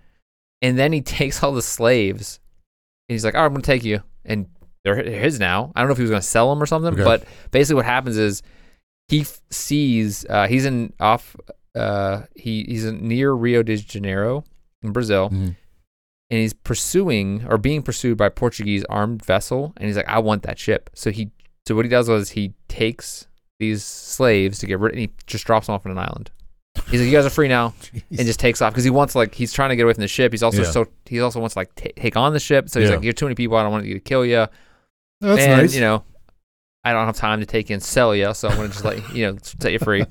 Speaker 1: And then he takes all the slaves. And he's like, "All right, I'm gonna take you." And they're hi- his now. I don't know if he was gonna sell them or something,
Speaker 2: Okay.
Speaker 1: but basically what happens is he f- sees uh, he's in off uh, he he's in near Rio de Janeiro in Brazil,
Speaker 2: Mhm.
Speaker 1: and he's pursuing or being pursued by a Portuguese armed vessel, and he's like, "I want that ship." So he so what he does was he takes these slaves to get rid, and he just drops them off on an island. He's like, "You guys are free now," and just takes off because he wants like he's trying to get away from the ship. He's also
Speaker 2: Yeah.
Speaker 1: so he also wants to like ta take on the ship. So he's
Speaker 2: Yeah.
Speaker 1: like, "You're too many people. I don't want you to kill you."
Speaker 2: That's
Speaker 1: and
Speaker 2: nice.
Speaker 1: you know, I don't have time to take you and sell you, so I'm gonna just let you, you know set you free.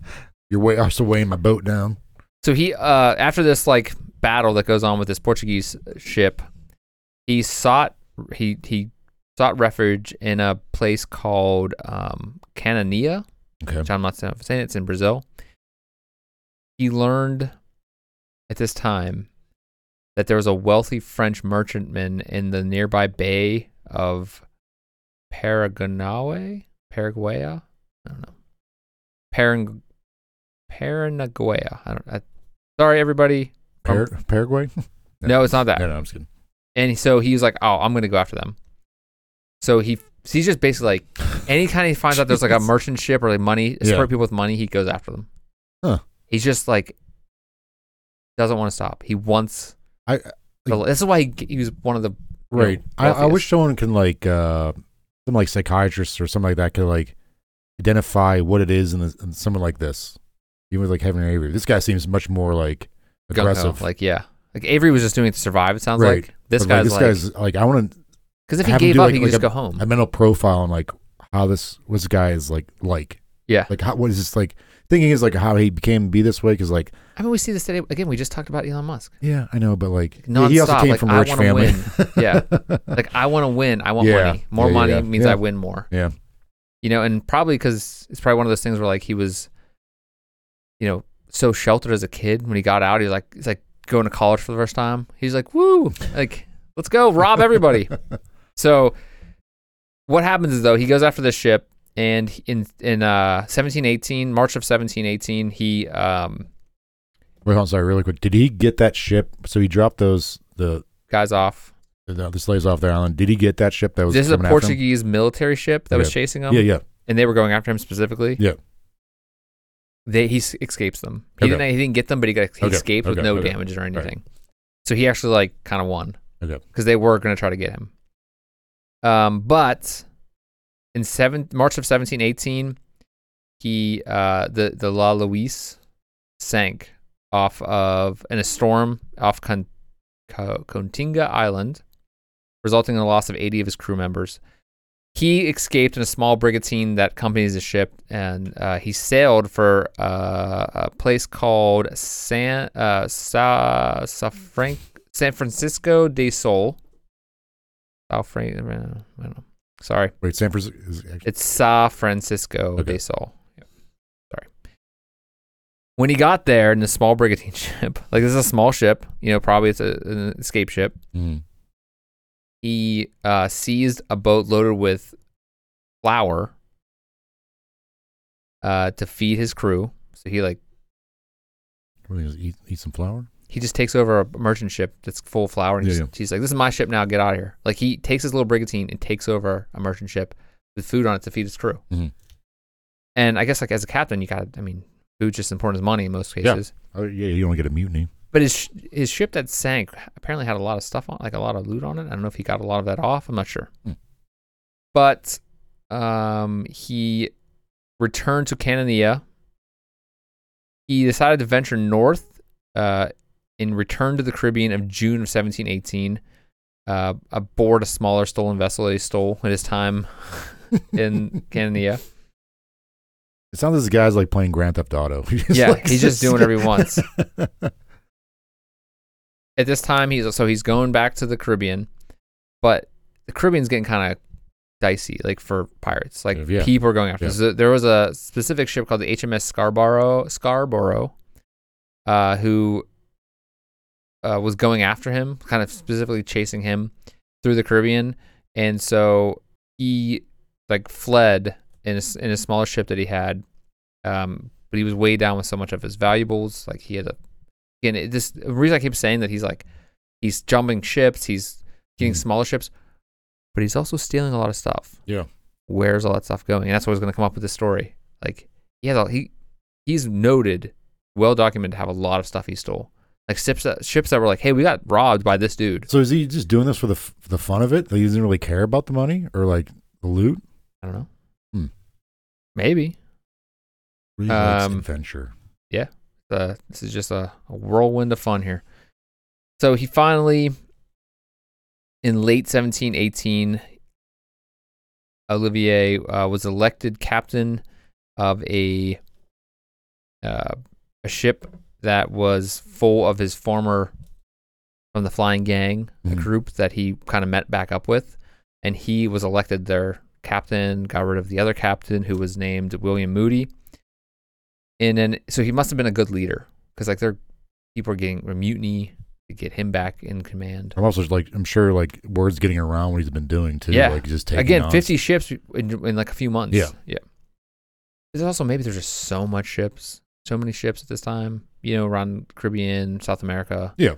Speaker 2: You're way, also weighing my boat down.
Speaker 1: So he, uh, after this like battle that goes on with this Portuguese ship, he sought he he sought refuge in a place called um, Canania,
Speaker 2: Okay.
Speaker 1: which I'm not saying it's in Brazil. He learned at this time that there was a wealthy French merchantman in the nearby bay of Paraguay, Paraguaya, I don't know, Parang- Paranaguaya. I don't. I, sorry, everybody. Um,
Speaker 2: Par- Paraguay?
Speaker 1: No, it's not that.
Speaker 2: No, no, I'm just kidding.
Speaker 1: And so he's like, "Oh, I'm gonna go after them." So he so he's just basically like, anytime he finds out there's like a
Speaker 2: Jeez.
Speaker 1: merchant ship or like money,
Speaker 2: Yeah.
Speaker 1: support people with money, he goes after them.
Speaker 2: Huh.
Speaker 1: He's just like doesn't want to stop. He wants.
Speaker 2: I-
Speaker 1: the, this is why he, g- he was one of the you know,
Speaker 2: Right. I, I
Speaker 1: wealthiest.
Speaker 2: wish someone can like uh some like psychiatrist or something like that could like identify what it is in, the, in someone like this. Even with like having an Avery. This guy seems much more like
Speaker 1: gung-ho.
Speaker 2: aggressive.
Speaker 1: Like yeah, like Avery was just doing it to survive. It sounds
Speaker 2: Right.
Speaker 1: like this
Speaker 2: But, like,
Speaker 1: guy's
Speaker 2: this
Speaker 1: like Hmm.
Speaker 2: guy's like I want to
Speaker 1: because if he
Speaker 2: have him
Speaker 1: gave
Speaker 2: do,
Speaker 1: up,
Speaker 2: like-
Speaker 1: he could
Speaker 2: like
Speaker 1: just go
Speaker 2: a-
Speaker 1: home.
Speaker 2: a mental profile on like how this what this guy is like like.
Speaker 1: Yeah.
Speaker 2: Like how what is this like thinking is like how he became be this way cuz like
Speaker 1: I mean, we see this today again. We just talked about Elon Musk.
Speaker 2: yeah, I know but like yeah, he also
Speaker 1: Nonstop,
Speaker 2: came
Speaker 1: like,
Speaker 2: from
Speaker 1: I
Speaker 2: a rich
Speaker 1: wanna
Speaker 2: family.
Speaker 1: Yeah. Like I want to win. I want
Speaker 2: Yeah.
Speaker 1: money. More
Speaker 2: Yeah, yeah,
Speaker 1: money
Speaker 2: yeah.
Speaker 1: means
Speaker 2: Yeah.
Speaker 1: I win more.
Speaker 2: Yeah.
Speaker 1: You know, and probably because it's probably one of those things where like he was, you know, so sheltered as a kid. When he got out, he was like he's like going to college for the first time. He's like, woo, like let's go rob everybody. so what happens is though he goes after this ship, and he- in in uh 1718, March of 1718, he um
Speaker 2: Wait, hold on, sorry, really quick. Did he get that ship? So he dropped those the
Speaker 1: guys off.
Speaker 2: the, the slaves off their island. Did he get that ship that was
Speaker 1: This is a
Speaker 2: coming after him?
Speaker 1: Portuguese military ship that was chasing him.
Speaker 2: Yeah, yeah.
Speaker 1: and they were going after him specifically.
Speaker 2: Yeah.
Speaker 1: They he s- escapes them. He
Speaker 2: Okay.
Speaker 1: didn't he didn't get them, but he got he
Speaker 2: Okay,
Speaker 1: escaped with
Speaker 2: okay,
Speaker 1: no
Speaker 2: okay.
Speaker 1: damages or
Speaker 2: Right.
Speaker 1: anything. So he actually like kind of won.
Speaker 2: Okay.
Speaker 1: Because they were going to try to get him. Um, but in seven March of seventeen eighteen, he uh the the La Luis sank off of in a storm off Con, Co- Continga Island, resulting in the loss of eighty of his crew members. He escaped in a small brigantine that accompanies the ship, and uh, he sailed for uh, a place called San uh, Sa, Sa Frank, San Francisco de Sol. Sao Fran- I don't know. Sorry,
Speaker 2: Wait, San Francisco. Is actually,
Speaker 1: it's Sa Francisco
Speaker 2: Okay.
Speaker 1: de Sol. Yep. Sorry. When he got there in the small brigantine ship, like this is a small ship, you know, probably it's a, an escape ship
Speaker 2: Mm.
Speaker 1: he uh, seized a boat loaded with flour uh, to feed his crew. So he like
Speaker 2: what do you mean, eat, eat some flour.
Speaker 1: he just takes over a merchant ship that's full of flour, and
Speaker 2: Yeah,
Speaker 1: he's, he's like, "This is my ship now. Get out of here!" Like he takes his little brigantine and takes over a merchant ship with food on it to feed his crew.
Speaker 2: Mhm.
Speaker 1: And I guess like as a captain, you gotta. I mean, food's just as important as money in most
Speaker 2: Yeah.
Speaker 1: cases.
Speaker 2: Oh yeah, you don't get a mutiny.
Speaker 1: But his sh- his ship that sank apparently had a lot of stuff on, like a lot of loot on it. I don't know if he got a lot of that off. I'm not sure.
Speaker 2: Hmm.
Speaker 1: But um, he returned to Canania. He decided to venture north uh, in return to the Caribbean of June of 1718 uh, aboard a smaller stolen vessel that he stole at his time in Canania.
Speaker 2: It sounds like this guy's like playing Grand Theft Auto.
Speaker 1: Yeah, he's just doing whatever he wants. at this time he's so he's going back to the Caribbean, but the Caribbean's getting kind of dicey, like for pirates. Like
Speaker 2: Yeah.
Speaker 1: people are going after.
Speaker 2: Yeah.
Speaker 1: this. So there was a specific ship called the HMS Scarborough, Scarborough, uh, who uh, was going after him, kind of specifically chasing him through the Caribbean, and so he like fled in a, s- in a smaller ship that he had, um, but he was weighed down with so much of his valuables. Like he had a again, it, this the reason I keep saying that he's like he's jumping ships, he's getting
Speaker 2: Mhm.
Speaker 1: smaller ships, but he's also stealing a lot of stuff.
Speaker 2: Yeah.
Speaker 1: Where's all that stuff going? And that's what was going to come up with this story. Like he has all, he he's noted, well documented to have a lot of stuff he stole. Like ships that, ships that were like, hey, we got robbed by this dude.
Speaker 2: So is he just doing this for the f- for the fun of it? Like, he doesn't really care about the money or like the loot.
Speaker 1: I don't know.
Speaker 2: Hmm.
Speaker 1: Maybe.
Speaker 2: Really likes
Speaker 1: Um,
Speaker 2: adventure.
Speaker 1: uh, this is just a, a whirlwind of fun here. So he finally, in late 1718, Olivier uh, was elected captain of a uh, a ship that was full of his former from the Flying Gang, a
Speaker 2: Mhm.
Speaker 1: group that he kind of met back up with, and he was elected their captain. Got rid of the other captain who was named William Moody and then so he must have been a good leader because like they're people are getting a mutiny to get him back in command
Speaker 2: I'm also like I'm sure like words getting around what he's been doing too.
Speaker 1: Yeah.
Speaker 2: Like just taking
Speaker 1: again
Speaker 2: on-
Speaker 1: 50 ships in, in like a few months
Speaker 2: Yeah.
Speaker 1: yeah there's also maybe there's just so much ships so many ships at this time you know around caribbean south america
Speaker 2: Yeah.
Speaker 1: and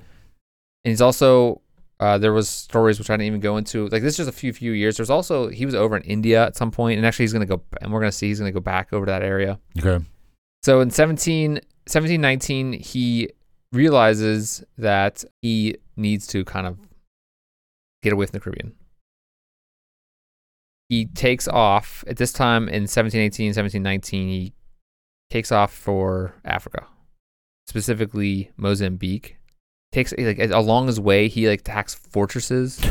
Speaker 1: he's also uh, there was stories which i didn't even go into like this is just a few few years there's also he was over in india at some point and actually he's going to go and we're going to see he's going to go back over to that area
Speaker 2: Okay.
Speaker 1: So in 17, 1719, he realizes that he needs to kind of get away from the Caribbean. He takes off at this time in 1718, 1719, he takes off for Africa, specifically Mozambique. Takes like along his way, he like attacks fortresses.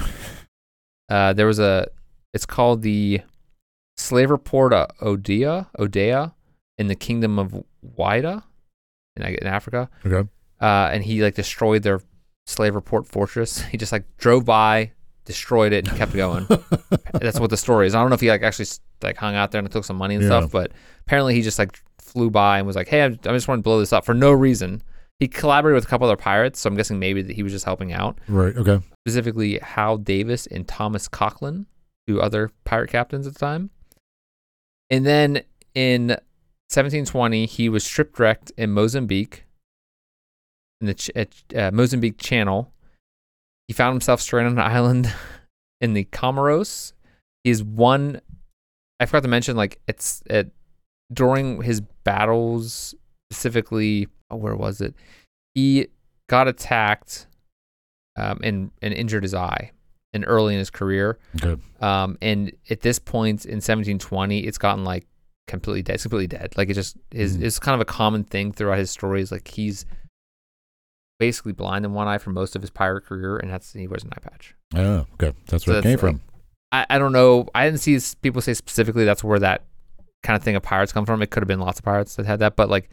Speaker 1: Uh, there was a, it's called the Slaver Port of Odea, Odea, in the kingdom of Wida in, in Africa.
Speaker 2: Okay.
Speaker 1: Uh, and he like destroyed their slaver port fortress. He just like drove by, destroyed it, and kept going. That's what the story is. I don't know if he like actually like hung out there and took some money and
Speaker 2: Yeah.
Speaker 1: stuff, but apparently he just like flew by and was like, "Hey, I, I just want to blow this up for no reason." He collaborated with a couple other pirates, so I'm guessing maybe that he was just helping out.
Speaker 2: right. Okay.
Speaker 1: Specifically, Hal Davis and Thomas Coughlin, two other pirate captains at the time. And then in 1720, he was shipwrecked in Mozambique, in the Ch- at, uh, Mozambique Channel. He found himself stranded on an island in the Comoros. Is one, I forgot to mention, like it's at during his battles specifically. Oh, where was it? He got attacked, um, and and injured his eye, and early in his career.
Speaker 2: Okay.
Speaker 1: Um, and at this point in 1720, it's gotten like completely dead. It's completely dead. Like it just is.
Speaker 2: Mhm.
Speaker 1: It's kind of a common thing throughout his stories. Like he's basically blind in one eye for most of his pirate career, and that's he wears an eye patch.
Speaker 2: Oh, okay. That's
Speaker 1: So
Speaker 2: where it came
Speaker 1: that's, like,
Speaker 2: from.
Speaker 1: I, I don't know. I didn't see s- people say specifically that's where that kind of thing of pirates come from. It could have been lots of pirates that had that, but like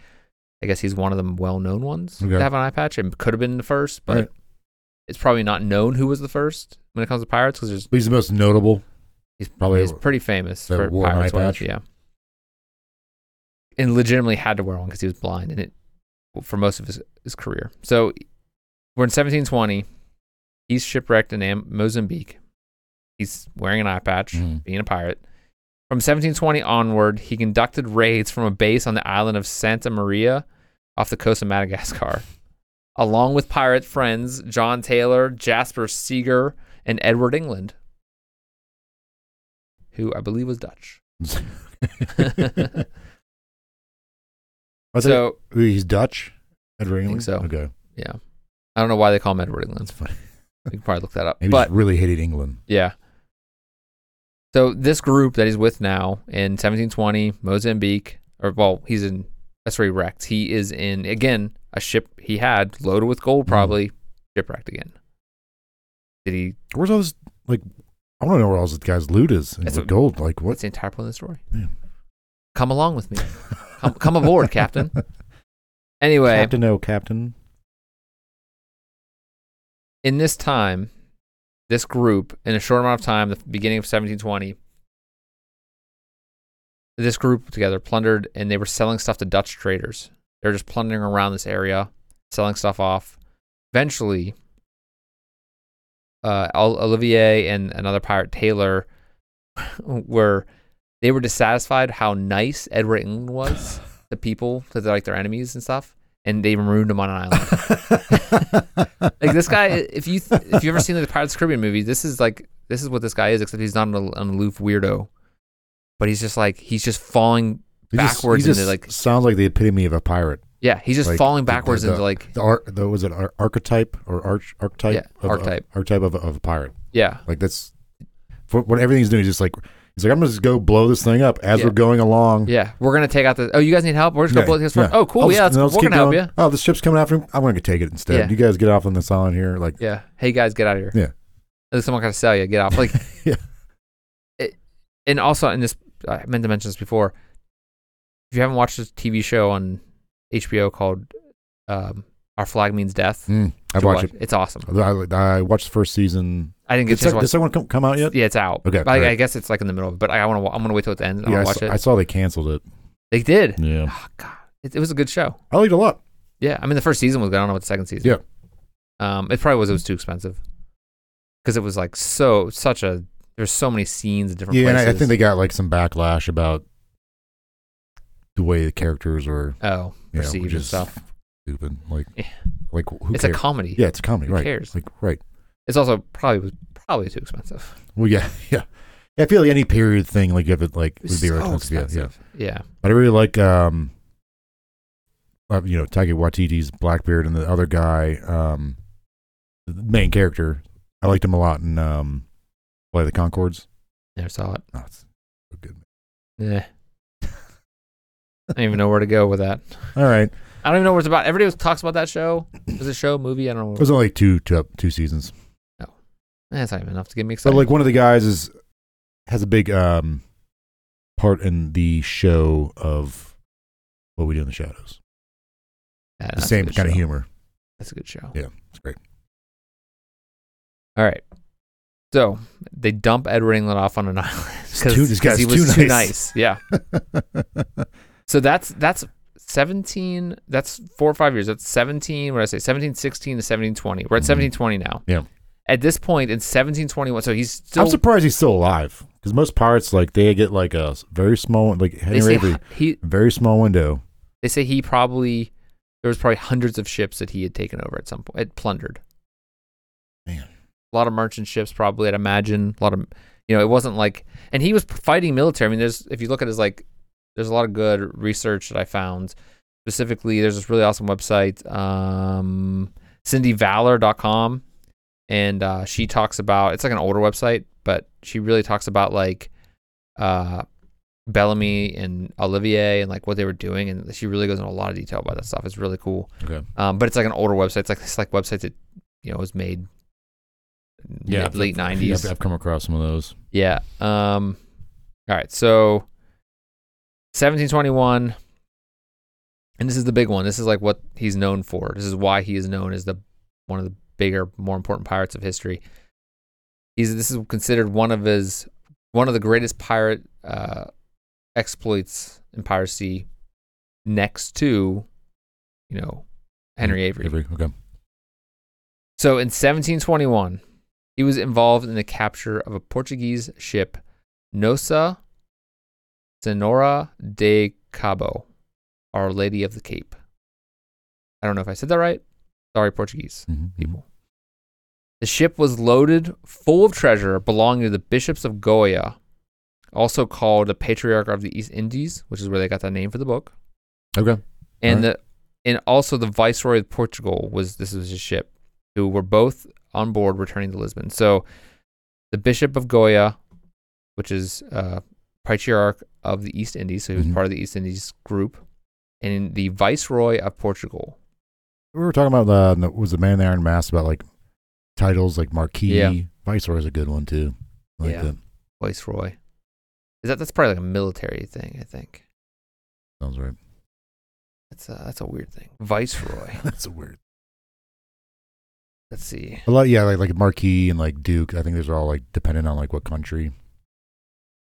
Speaker 1: I guess he's one of the well-known ones
Speaker 2: Okay.
Speaker 1: to have an eye patch. It could have been the first, but
Speaker 2: Right.
Speaker 1: it's probably not known who was the first when it comes to pirates because there's
Speaker 2: But he's the most notable.
Speaker 1: He's
Speaker 2: Probably-
Speaker 1: he's pretty famous
Speaker 2: that
Speaker 1: for
Speaker 2: wore an
Speaker 1: pirates.
Speaker 2: eye
Speaker 1: wearing-
Speaker 2: patch?
Speaker 1: Yeah, and legitimately had to wear one because he was blind, and it for most of his, his career. So we're in 1720. He's shipwrecked in Am- Mozambique. He's wearing an eye patch,
Speaker 2: Mhm.
Speaker 1: being a pirate. From 1720 onward, he conducted raids from a base on the island of Santa Maria off the coast of Madagascar, along with pirate friends John Taylor, Jasper Seeger, and Edward England, who I believe was Dutch.
Speaker 2: I think-
Speaker 1: so
Speaker 2: he's Dutch. Edward England.
Speaker 1: so.
Speaker 2: Okay.
Speaker 1: I don't know why they call him Edward England.
Speaker 2: That's funny.
Speaker 1: We can probably look that up.
Speaker 2: Maybe he
Speaker 1: but
Speaker 2: just really hated England.
Speaker 1: Yeah. So this group that he's with now in 1720 Mozambique, or well, he's in that's where he wrecked. He is in again a ship he had loaded with gold,
Speaker 2: Mhm.
Speaker 1: probably shipwrecked again. Did he?
Speaker 2: Where's all this? Like, I want to know where all this guy's loot is and
Speaker 1: That's
Speaker 2: the
Speaker 1: what-
Speaker 2: gold.
Speaker 1: What's
Speaker 2: Like, what?
Speaker 1: the entire point of the story?
Speaker 2: Yeah.
Speaker 1: Come along with me. Come, come aboard, Captain. Anyway,
Speaker 2: Captain, no, Captain.
Speaker 1: in this time, this group, in a short amount of time, the beginning of 1720, this group together plundered and they were selling stuff to Dutch traders. They were just plundering around this area, selling stuff off. Eventually, uh, Ol- Olivier and another pirate, Taylor, were they were dissatisfied how nice Edward England was to people, to their, like their enemies and stuff, and they removed him on an island. Like this guy, if you th- if you ever seen the Pirates of the Caribbean movie, this is like this is what this guy is, except he's not an, al- an aloof weirdo, but he's just like he's just falling.
Speaker 2: He just-
Speaker 1: backwards
Speaker 2: he just
Speaker 1: into, like-
Speaker 2: sounds like the epitome of a pirate.
Speaker 1: Yeah, he's just
Speaker 2: Like,
Speaker 1: falling
Speaker 2: the- the-
Speaker 1: backwards into like
Speaker 2: The ar- the was it ar- archetype or arch archetype?
Speaker 1: Yeah,
Speaker 2: of,
Speaker 1: archetype.
Speaker 2: Of, archetype of, of a pirate.
Speaker 1: yeah.
Speaker 2: Like that's for what everything's doing. He's just like he's like I'm gonna just go blow this thing up as
Speaker 1: Yeah.
Speaker 2: we're going along.
Speaker 1: Yeah, we're gonna take out the. Oh, you guys need help? We're just gonna blow this one. Oh, cool.
Speaker 2: I'll
Speaker 1: yeah,
Speaker 2: just-
Speaker 1: that's,
Speaker 2: I'll
Speaker 1: we're
Speaker 2: just
Speaker 1: gonna
Speaker 2: keep
Speaker 1: help
Speaker 2: going.
Speaker 1: you.
Speaker 2: Oh, the ship's coming after me. I'm gonna take it instead.
Speaker 1: Yeah.
Speaker 2: You guys get off on this island here. Like
Speaker 1: Yeah. Hey guys, get out of here.
Speaker 2: Yeah.
Speaker 1: There's someone gotta sell you. Get off. Like.
Speaker 2: Yeah.
Speaker 1: It, and also in this, I meant to mention this before. If you haven't watched this TV show on HBO called um, "Our Flag Means Death,"
Speaker 2: mm, I
Speaker 1: you should
Speaker 2: watched it.
Speaker 1: It's awesome.
Speaker 2: I, I watched the first season.
Speaker 1: I didn't
Speaker 2: Did,
Speaker 1: get
Speaker 2: sec-
Speaker 1: to
Speaker 2: did
Speaker 1: watch.
Speaker 2: second one come, come out yet?
Speaker 1: Yeah, it's out.
Speaker 2: Okay,
Speaker 1: But I,
Speaker 2: alright.
Speaker 1: I guess it's like in the middle. of it, But I want to. I'm gonna wait till it ends. And
Speaker 2: I,
Speaker 1: I'll watch
Speaker 2: saw,
Speaker 1: it.
Speaker 2: I saw they canceled it.
Speaker 1: they did.
Speaker 2: Yeah,
Speaker 1: Oh God, it, it was a good show.
Speaker 2: I liked it a lot.
Speaker 1: Yeah, I mean the first season was good. I don't know what the second season.
Speaker 2: Yeah.
Speaker 1: Um, it probably was. It was too expensive because it was like so such a. There's so many scenes in different
Speaker 2: Yeah, and
Speaker 1: places.
Speaker 2: I, I think they got like some backlash about the way the characters were
Speaker 1: oh
Speaker 2: you know,
Speaker 1: perceived
Speaker 2: which
Speaker 1: and
Speaker 2: is
Speaker 1: stuff.
Speaker 2: Stupid, like,
Speaker 1: Yeah.
Speaker 2: like who
Speaker 1: It's
Speaker 2: cares?
Speaker 1: a comedy.
Speaker 2: yeah, it's a comedy,
Speaker 1: who
Speaker 2: right?
Speaker 1: cares?
Speaker 2: Like, right.
Speaker 1: It's also probably was probably too expensive.
Speaker 2: Well, yeah, yeah. I feel like any period thing, like if it like
Speaker 1: It
Speaker 2: would be
Speaker 1: was so
Speaker 2: really expensive. Yeah, yeah.
Speaker 1: expensive. Yeah.
Speaker 2: But I really like, um, uh, you know, Taika Waititi's Blackbeard and the other guy, um, the main character. I liked him a lot in um, Flight of the Concords.
Speaker 1: Never saw it.
Speaker 2: Oh, it's so good.
Speaker 1: Yeah. I don't even know where to go with that.
Speaker 2: All right,
Speaker 1: I don't even know what it's about. Everybody was- talks about that show. Was it a show, movie? I don't
Speaker 2: it
Speaker 1: know.
Speaker 2: was only like two, two, two seasons.
Speaker 1: That's not even enough to get me
Speaker 2: So
Speaker 1: excited.
Speaker 2: like one of the guys is has a big um part in the show of what we do in the shadows.
Speaker 1: Yeah,
Speaker 2: The
Speaker 1: that's a
Speaker 2: same
Speaker 1: good
Speaker 2: kind of
Speaker 1: show.
Speaker 2: humor.
Speaker 1: That's a good show.
Speaker 2: Yeah, it's great.
Speaker 1: All right. So they dump Edward England off on an island
Speaker 2: too- this guy's
Speaker 1: he
Speaker 2: too
Speaker 1: was too
Speaker 2: nice.
Speaker 1: nice. Yeah. So that's that's 17. That's four or five years. That's 17. What did I say? 17, 16 to 17, 20. We're at
Speaker 2: Mhm.
Speaker 1: 17, 20 now.
Speaker 2: Yeah.
Speaker 1: At this point, it's 17, 21. So he's still.
Speaker 2: I'm surprised he's still alive because most pirates like they get like a s- very small like
Speaker 1: they
Speaker 2: Henry
Speaker 1: say
Speaker 2: Avery,
Speaker 1: hu- he.
Speaker 2: very small window.
Speaker 1: They say he probably there was probably hundreds of ships that he had taken over at some point. Had plundered.
Speaker 2: Man.
Speaker 1: A lot of merchant ships, probably. I'd imagine a lot of. You know, it wasn't like, and he was fighting military. I mean, there's if you look at his like, there's a lot of good research that I found. Specifically, there's this really awesome website, um, CindyValor.com, and uh, she talks about it's like an older website, but she really talks about like uh, Bellamy and Olivier and like what they were doing, and she really goes into a lot of detail about that stuff. It's really cool.
Speaker 2: Okay.
Speaker 1: Um, but it's like an older website. It's like it's like website that you know was made in the late nineties.
Speaker 2: I've, come across some of those.
Speaker 1: Yeah. Um all right, so seventeen twenty one and this is the big one. This is like what he's known for. This is why he is known as the one of the bigger, more important pirates of history. He's this is considered one of his one of the greatest pirate uh, exploits in piracy next to, you know, Henry Avery.
Speaker 2: Avery, okay. Mm-hmm,
Speaker 1: So in 1721, he was involved in the capture of a Portuguese ship, Nossa Senhora de Cabo, Our Lady of the Cape. I don't know if I said that right. Sorry, Portuguese
Speaker 2: Mhm, mhm.
Speaker 1: people. The ship was loaded full of treasure belonging to the bishops of Goya, also called the Patriarch of the East Indies, which is where they got that name for the book
Speaker 2: Okay.
Speaker 1: and the and also the viceroy of Portugal was this was his ship, who were both on board returning to Lisbon. So, the Bishop of Goya, which is uh, patriarch of the East Indies, so he was
Speaker 2: Mhm.
Speaker 1: part of the East Indies group, and the viceroy of Portugal.
Speaker 2: We were talking about uh, no, was the man in the Iron Mask about like titles like Marquis,
Speaker 1: Yeah.
Speaker 2: Viceroy is a good one too. I Like
Speaker 1: Yeah.
Speaker 2: that
Speaker 1: Viceroy, is that that's probably like a military thing? I think
Speaker 2: sounds right.
Speaker 1: that's a, that's a weird thing. Viceroy.
Speaker 2: That's a weird.
Speaker 1: Let's see.
Speaker 2: A lot, yeah, like like Marquis and like Duke. I think those are all like dependent on like what country.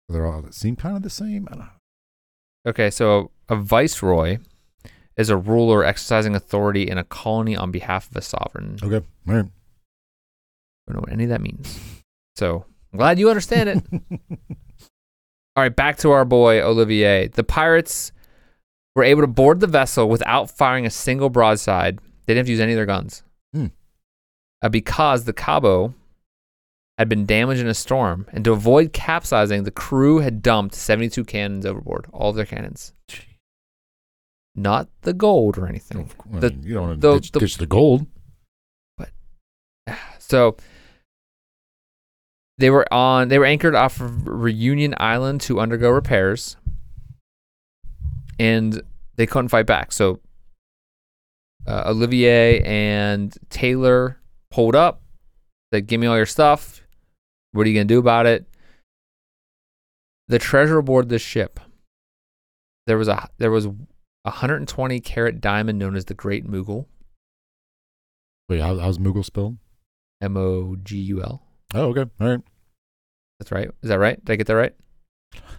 Speaker 2: They're all they seem kind of the same. I don't know.
Speaker 1: Okay, so a viceroy is a ruler exercising authority in a colony on behalf of a sovereign. I
Speaker 2: Okay. All right.
Speaker 1: don't know what any of that means. So I'm glad you understand it. All right, back to our boy Olivier. The pirates were able to board the vessel without firing a single broadside. They didn't have to use any of their guns.
Speaker 2: Hmm.
Speaker 1: Uh, because the Cabo had been damaged in a storm, and to avoid capsizing, the crew had dumped 72 cannons overboard, all of their cannons. Not the gold or anything.
Speaker 2: I
Speaker 1: The-
Speaker 2: mean, you don't want
Speaker 1: the-
Speaker 2: to ditch,
Speaker 1: the-
Speaker 2: ditch the gold.
Speaker 1: So they were on they were anchored off of Reunion Island to undergo repairs. And they couldn't fight back. So uh, Olivier and Taylor pulled up. Said, "Give me all your stuff. What are you gonna do about it?" The treasure aboard this ship. There was a there was a 120 carat diamond known as the Great Moogle,
Speaker 2: Wait, how, how's Moogle spelled?
Speaker 1: M O G U L.
Speaker 2: Oh, okay. All right.
Speaker 1: That's right. Is that right? Did I get that right?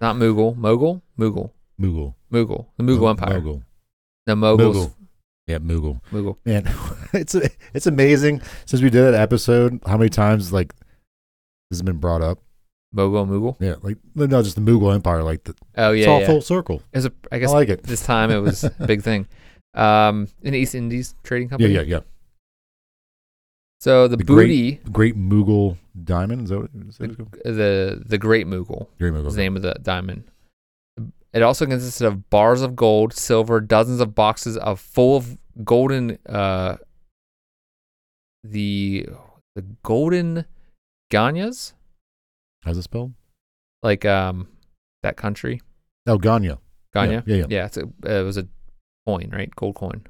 Speaker 1: Not Mughal. Mogul? Mughal.
Speaker 2: Moogle.
Speaker 1: Mughal. The Mughal
Speaker 2: Mo-
Speaker 1: Empire.
Speaker 2: Moogle.
Speaker 1: The Moguls.
Speaker 2: Mughal. Yeah, Moogle.
Speaker 1: Mughal.
Speaker 2: Man, it's it's amazing since we did that episode. How many times like this has been brought up?
Speaker 1: Mogul, Mughal.
Speaker 2: Yeah, like no, no, just the Mughal Empire. Like the,
Speaker 1: Oh,
Speaker 2: it's
Speaker 1: yeah.
Speaker 2: all
Speaker 1: yeah.
Speaker 2: full circle.
Speaker 1: It was a, I
Speaker 2: I,
Speaker 1: guess
Speaker 2: like it.
Speaker 1: this time it was a big thing. Um, in East Indies Trading
Speaker 2: Yeah,
Speaker 1: Company.
Speaker 2: yeah, yeah.
Speaker 1: So the,
Speaker 2: The great-
Speaker 1: booty,
Speaker 2: Great Mughal Diamond. Is that what, is that what it's called?
Speaker 1: the the Great Mughal,
Speaker 2: Great
Speaker 1: is
Speaker 2: Mughal.
Speaker 1: the name of the diamond. It also consisted of bars of gold, silver, dozens of boxes of full of golden uh the the golden ganyas.
Speaker 2: How's it spelled?
Speaker 1: like um that country
Speaker 2: Oh, Ganya.
Speaker 1: Ghana.
Speaker 2: Yeah, yeah. yeah.
Speaker 1: Yeah, it's a, it was a coin, right? Gold coin.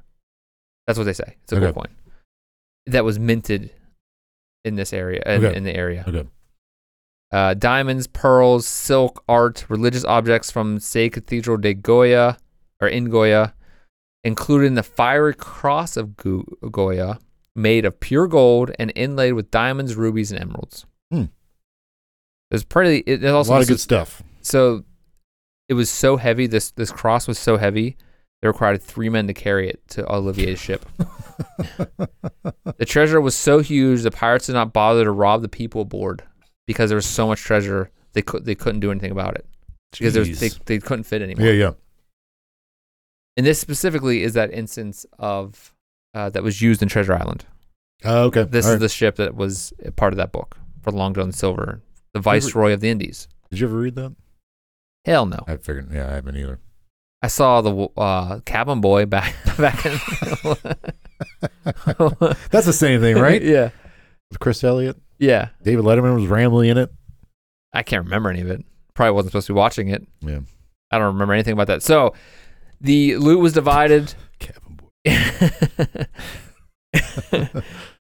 Speaker 1: That's what they say. It's a
Speaker 2: Okay.
Speaker 1: gold coin that was minted in this area in,
Speaker 2: Okay.
Speaker 1: in the area.
Speaker 2: Okay.
Speaker 1: Uh, diamonds, pearls, silk, art, religious objects from Say Cathedral de Goya or in Goya, including the fiery cross of Go- Goya, made of pure gold and inlaid with diamonds, rubies, and emeralds.
Speaker 2: Hmm.
Speaker 1: It's pretty. It, it
Speaker 2: A
Speaker 1: also
Speaker 2: lot of
Speaker 1: was
Speaker 2: good stuff.
Speaker 1: so it was so heavy. This this cross was so heavy, they required three men to carry it to Olivier's ship. The treasure was so huge, the pirates did not bother to rob the people aboard because there was so much treasure. They could they couldn't do anything about it because there was, they
Speaker 2: Jeez.
Speaker 1: they couldn't fit anymore.
Speaker 2: yeah, yeah.
Speaker 1: And this specifically is that instance of uh, that was used in Treasure Island.
Speaker 2: Oh, okay.
Speaker 1: This
Speaker 2: All
Speaker 1: is
Speaker 2: right.
Speaker 1: the ship that was a part of that book for Long John Silver, the Viceroy of the Indies.
Speaker 2: Did you ever read that?
Speaker 1: Hell no.
Speaker 2: I figured. Yeah, I haven't either.
Speaker 1: I saw the uh, cabin boy back back in.
Speaker 2: That's the same thing, right?
Speaker 1: yeah,
Speaker 2: With Chris Elliott,
Speaker 1: yeah.
Speaker 2: David Letterman was rambling in it.
Speaker 1: I can't remember any of it. Probably wasn't supposed to be watching it.
Speaker 2: Yeah.
Speaker 1: I don't remember anything about that. So the loot was divided.
Speaker 2: Cabin boy.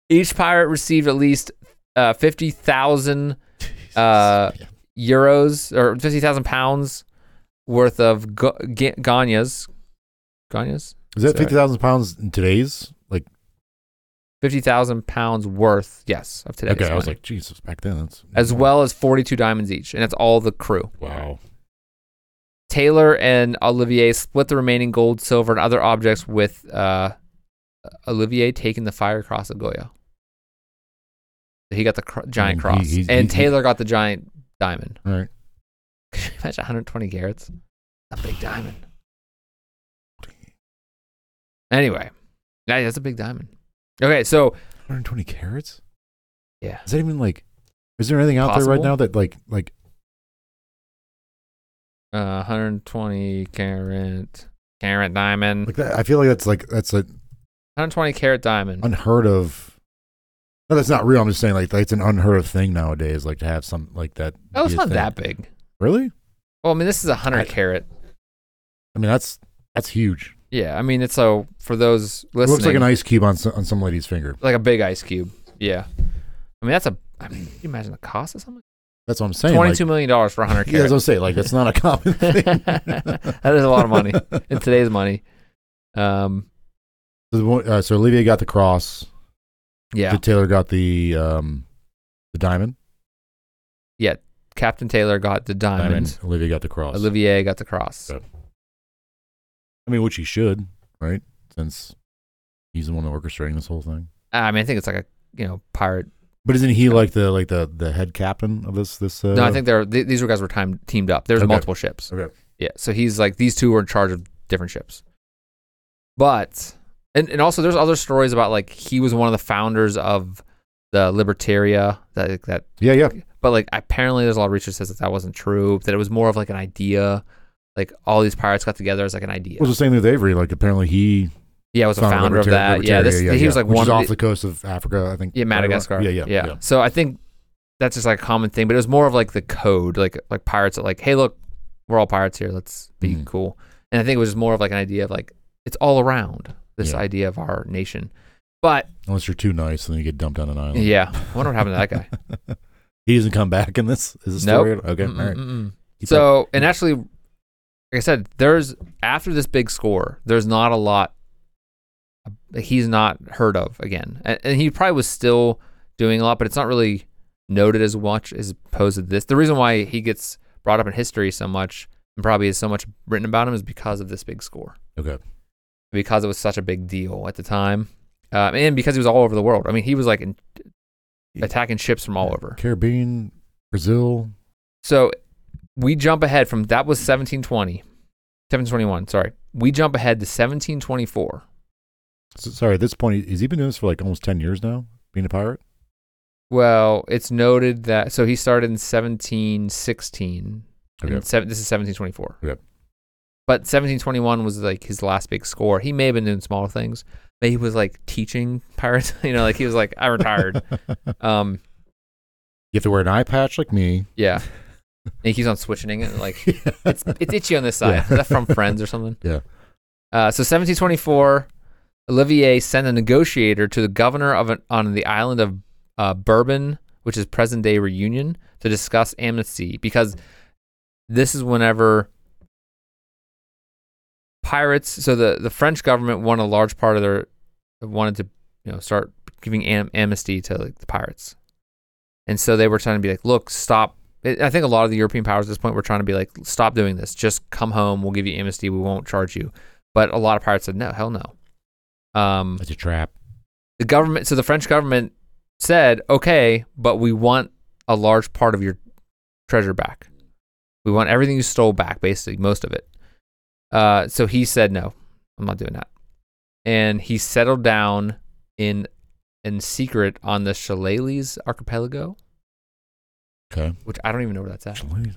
Speaker 1: Each pirate received at least uh, fifty thousand Uh,
Speaker 2: Jesus, man.
Speaker 1: euros or fifty thousand pounds worth of ga- ga- ganyas. Ganyas.
Speaker 2: is that
Speaker 1: sorry.
Speaker 2: fifty thousand pounds in today's? Like,
Speaker 1: Fifty thousand pounds worth. Yes, of today's.
Speaker 2: okay, I was
Speaker 1: money.
Speaker 2: like, Jesus, back then. That's
Speaker 1: as well as 42 diamonds each, and that's all the crew.
Speaker 2: Wow.
Speaker 1: Taylor and Olivier split the remaining gold, silver, and other objects with uh, Olivier taking the fire cross of Goya. He got the cr- giant
Speaker 2: he-
Speaker 1: cross,
Speaker 2: he's-
Speaker 1: and
Speaker 2: he-
Speaker 1: Taylor got the giant diamond.
Speaker 2: All right.
Speaker 1: Could you imagine 120 carats? A big diamond. Anyway, yeah, that's a big diamond. Okay, so
Speaker 2: 120 carats.
Speaker 1: Yeah.
Speaker 2: Is that even like? Is there anything out there
Speaker 1: Possible?
Speaker 2: right now that like like
Speaker 1: uh, 120 carat carat diamond,
Speaker 2: like that? I feel like that's like that's like
Speaker 1: 120 carat diamond.
Speaker 2: unheard of. No, that's not real. I'm just saying like that's an unheard of thing nowadays. Like to have some like that.
Speaker 1: Oh,
Speaker 2: be
Speaker 1: it's
Speaker 2: a
Speaker 1: not
Speaker 2: thing.
Speaker 1: that big.
Speaker 2: Really?
Speaker 1: Well, I mean, this is a
Speaker 2: I-
Speaker 1: hundred carat.
Speaker 2: I mean, that's that's huge.
Speaker 1: Yeah, I mean, it's so for those
Speaker 2: It
Speaker 1: listening,
Speaker 2: looks like an ice cube on some, on some lady's finger.
Speaker 1: like a big ice cube. Yeah, I mean, that's a. I mean, can you imagine the cost of something?
Speaker 2: That's what I'm saying.
Speaker 1: Twenty-two
Speaker 2: like,
Speaker 1: million dollars for a hundred
Speaker 2: Yeah, that's
Speaker 1: carat.
Speaker 2: what I'm saying. Like that's not a common thing.
Speaker 1: that is a lot of money in today's money. Um,
Speaker 2: So, the one- uh, so Olivia got the cross.
Speaker 1: yeah,
Speaker 2: Did Taylor got the um, the diamond.
Speaker 1: Captain Taylor got the diamond.
Speaker 2: Olivia got the cross.
Speaker 1: Olivier got the cross.
Speaker 2: Good. I mean, which he should, right? Since he's the one orchestrating this whole thing.
Speaker 1: I mean, I think it's like a you know pirate.
Speaker 2: But isn't he like the like the the head captain of this this? Uh,
Speaker 1: no, I think they're th- these were guys were timed teamed up. There's
Speaker 2: Okay.
Speaker 1: multiple ships.
Speaker 2: Okay.
Speaker 1: Yeah, so he's like these two were in charge of different ships. But and and also there's other stories about like he was one of the founders of the Libertaria that that
Speaker 2: Yeah, yeah.
Speaker 1: but like apparently there's a lot of research that says that that wasn't true that it was more of like an idea like all these pirates got together as like an idea
Speaker 2: It was the same with Avery. Like apparently he
Speaker 1: yeah it was a
Speaker 2: founded
Speaker 1: founder of
Speaker 2: Libertari-
Speaker 1: that yeah,
Speaker 2: Libertaria,
Speaker 1: this, he was like
Speaker 2: which
Speaker 1: one
Speaker 2: is
Speaker 1: of
Speaker 2: off
Speaker 1: the-
Speaker 2: the coast of Africa. I think.
Speaker 1: yeah madagascar
Speaker 2: Yeah, yeah, yeah.
Speaker 1: so i think that's just like a common thing but it was more of like the code like like pirates are like hey look we're all pirates here let's be
Speaker 2: Mhm.
Speaker 1: cool and i think it was more of like an idea of like it's all around this
Speaker 2: Yeah.
Speaker 1: idea of our nation but
Speaker 2: Unless you're too nice, and then you get dumped on an island.
Speaker 1: yeah i wonder what happened to that guy
Speaker 2: He doesn't come back in this. Is this
Speaker 1: Nope.
Speaker 2: story? Okay, all
Speaker 1: Mm,
Speaker 2: right.
Speaker 1: mm, mm.
Speaker 2: Keep up.
Speaker 1: So, and actually, like I said, there's after this big score, there's not a lot that he's not heard of again, and, and he probably was still doing a lot, but it's not really noted as much as opposed to this. The reason why he gets brought up in history so much and probably is so much written about him is because of this big score,
Speaker 2: okay,
Speaker 1: because it was such a big deal at the time, uh, and because he was all over the world. I mean, he was like in, attacking ships from all over.
Speaker 2: Caribbean, Brazil.
Speaker 1: So we jump ahead from that was 1720, 1721. Sorry, we jump ahead to 1724.
Speaker 2: So, sorry, at this point, has he been doing this for like almost ten years now? Being a pirate.
Speaker 1: Well, it's noted that so he started in 1716. and
Speaker 2: Okay.
Speaker 1: seven- this is 1724.
Speaker 2: Yep.
Speaker 1: But 1721 was like his last big score. He may have been doing smaller things. But he was like teaching pirates. You know, like he was like, I retired.
Speaker 2: you
Speaker 1: um,
Speaker 2: have to wear an eye patch like me.
Speaker 1: yeah. And he keeps on switching it. Like
Speaker 2: it's
Speaker 1: it's itchy on this side.
Speaker 2: Yeah.
Speaker 1: Is that from Friends or something?
Speaker 2: Yeah.
Speaker 1: Uh, so 1724, Olivier sent a negotiator to the governor of an, on the island of uh, Bourbon, which is present day Reunion, to discuss amnesty because this is whenever pirates. So the, the French government won a large part of their wanted to you know start giving am- amnesty to like the pirates, and so they were trying to be like, look, stop I I think a lot of the European powers at this point were trying to be like, stop doing this. Just come home. We'll give you amnesty. We won't charge you. But a lot of pirates said, no, hell no. Um,
Speaker 2: It's a trap.
Speaker 1: the government, so the French government said, okay, but we want a large part of your treasure back. We want everything you stole back, basically, most of it. Uh, so he said, no, I'm not doing that. And he settled down in in secret on the Shillelaghs archipelago,
Speaker 2: Okay.
Speaker 1: which I don't even know where that's at.
Speaker 2: Jeez.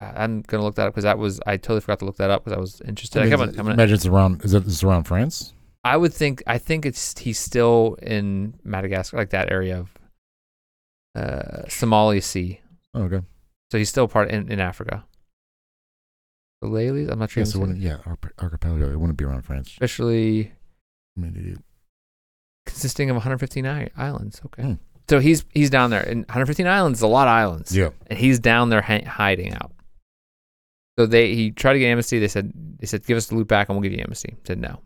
Speaker 1: I- I'm gonna look that up because that was I totally forgot to look that up because I was interested.
Speaker 2: I
Speaker 1: I,
Speaker 2: mean,
Speaker 1: haven't-
Speaker 2: is it-
Speaker 1: I'm gonna-
Speaker 2: imagine it's around. Is it is it around France?
Speaker 1: I would think I think it's he's still in Madagascar, like that area of uh, Somali Sea.
Speaker 2: Oh, okay.
Speaker 1: So he's still part in, in Africa. The Lalies, I'm not sure.
Speaker 2: Yeah,
Speaker 1: if
Speaker 2: so it
Speaker 1: it's
Speaker 2: wouldn't- yeah, arch- archipelago. It wouldn't be around France.
Speaker 1: officially
Speaker 2: I mean, it- it-
Speaker 1: consisting of 115 i- islands. Okay,
Speaker 2: Hmm.
Speaker 1: so he's he's down there, and 115 islands is a lot of islands.
Speaker 2: yeah.
Speaker 1: and he's down there ha- hiding out. So they he tried to get amnesty. They said they said give us the loot back and we'll give you amnesty. He said no.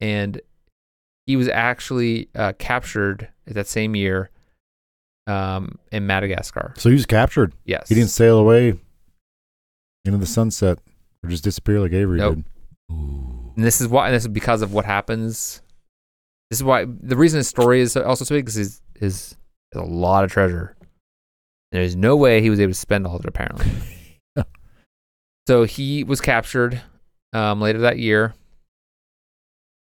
Speaker 1: And he was actually uh, captured that same year um, in Madagascar.
Speaker 2: So he was captured.
Speaker 1: Yes,
Speaker 2: He didn't sail away into the sunset or just disappear like Avery
Speaker 1: Nope.
Speaker 2: did. Ooh.
Speaker 1: And this is why. this is because of what happens. This is why the reason his story is so- also so big is is is a lot of treasure. And there's no way he was able to spend all of it apparently. So he was captured um, later that year,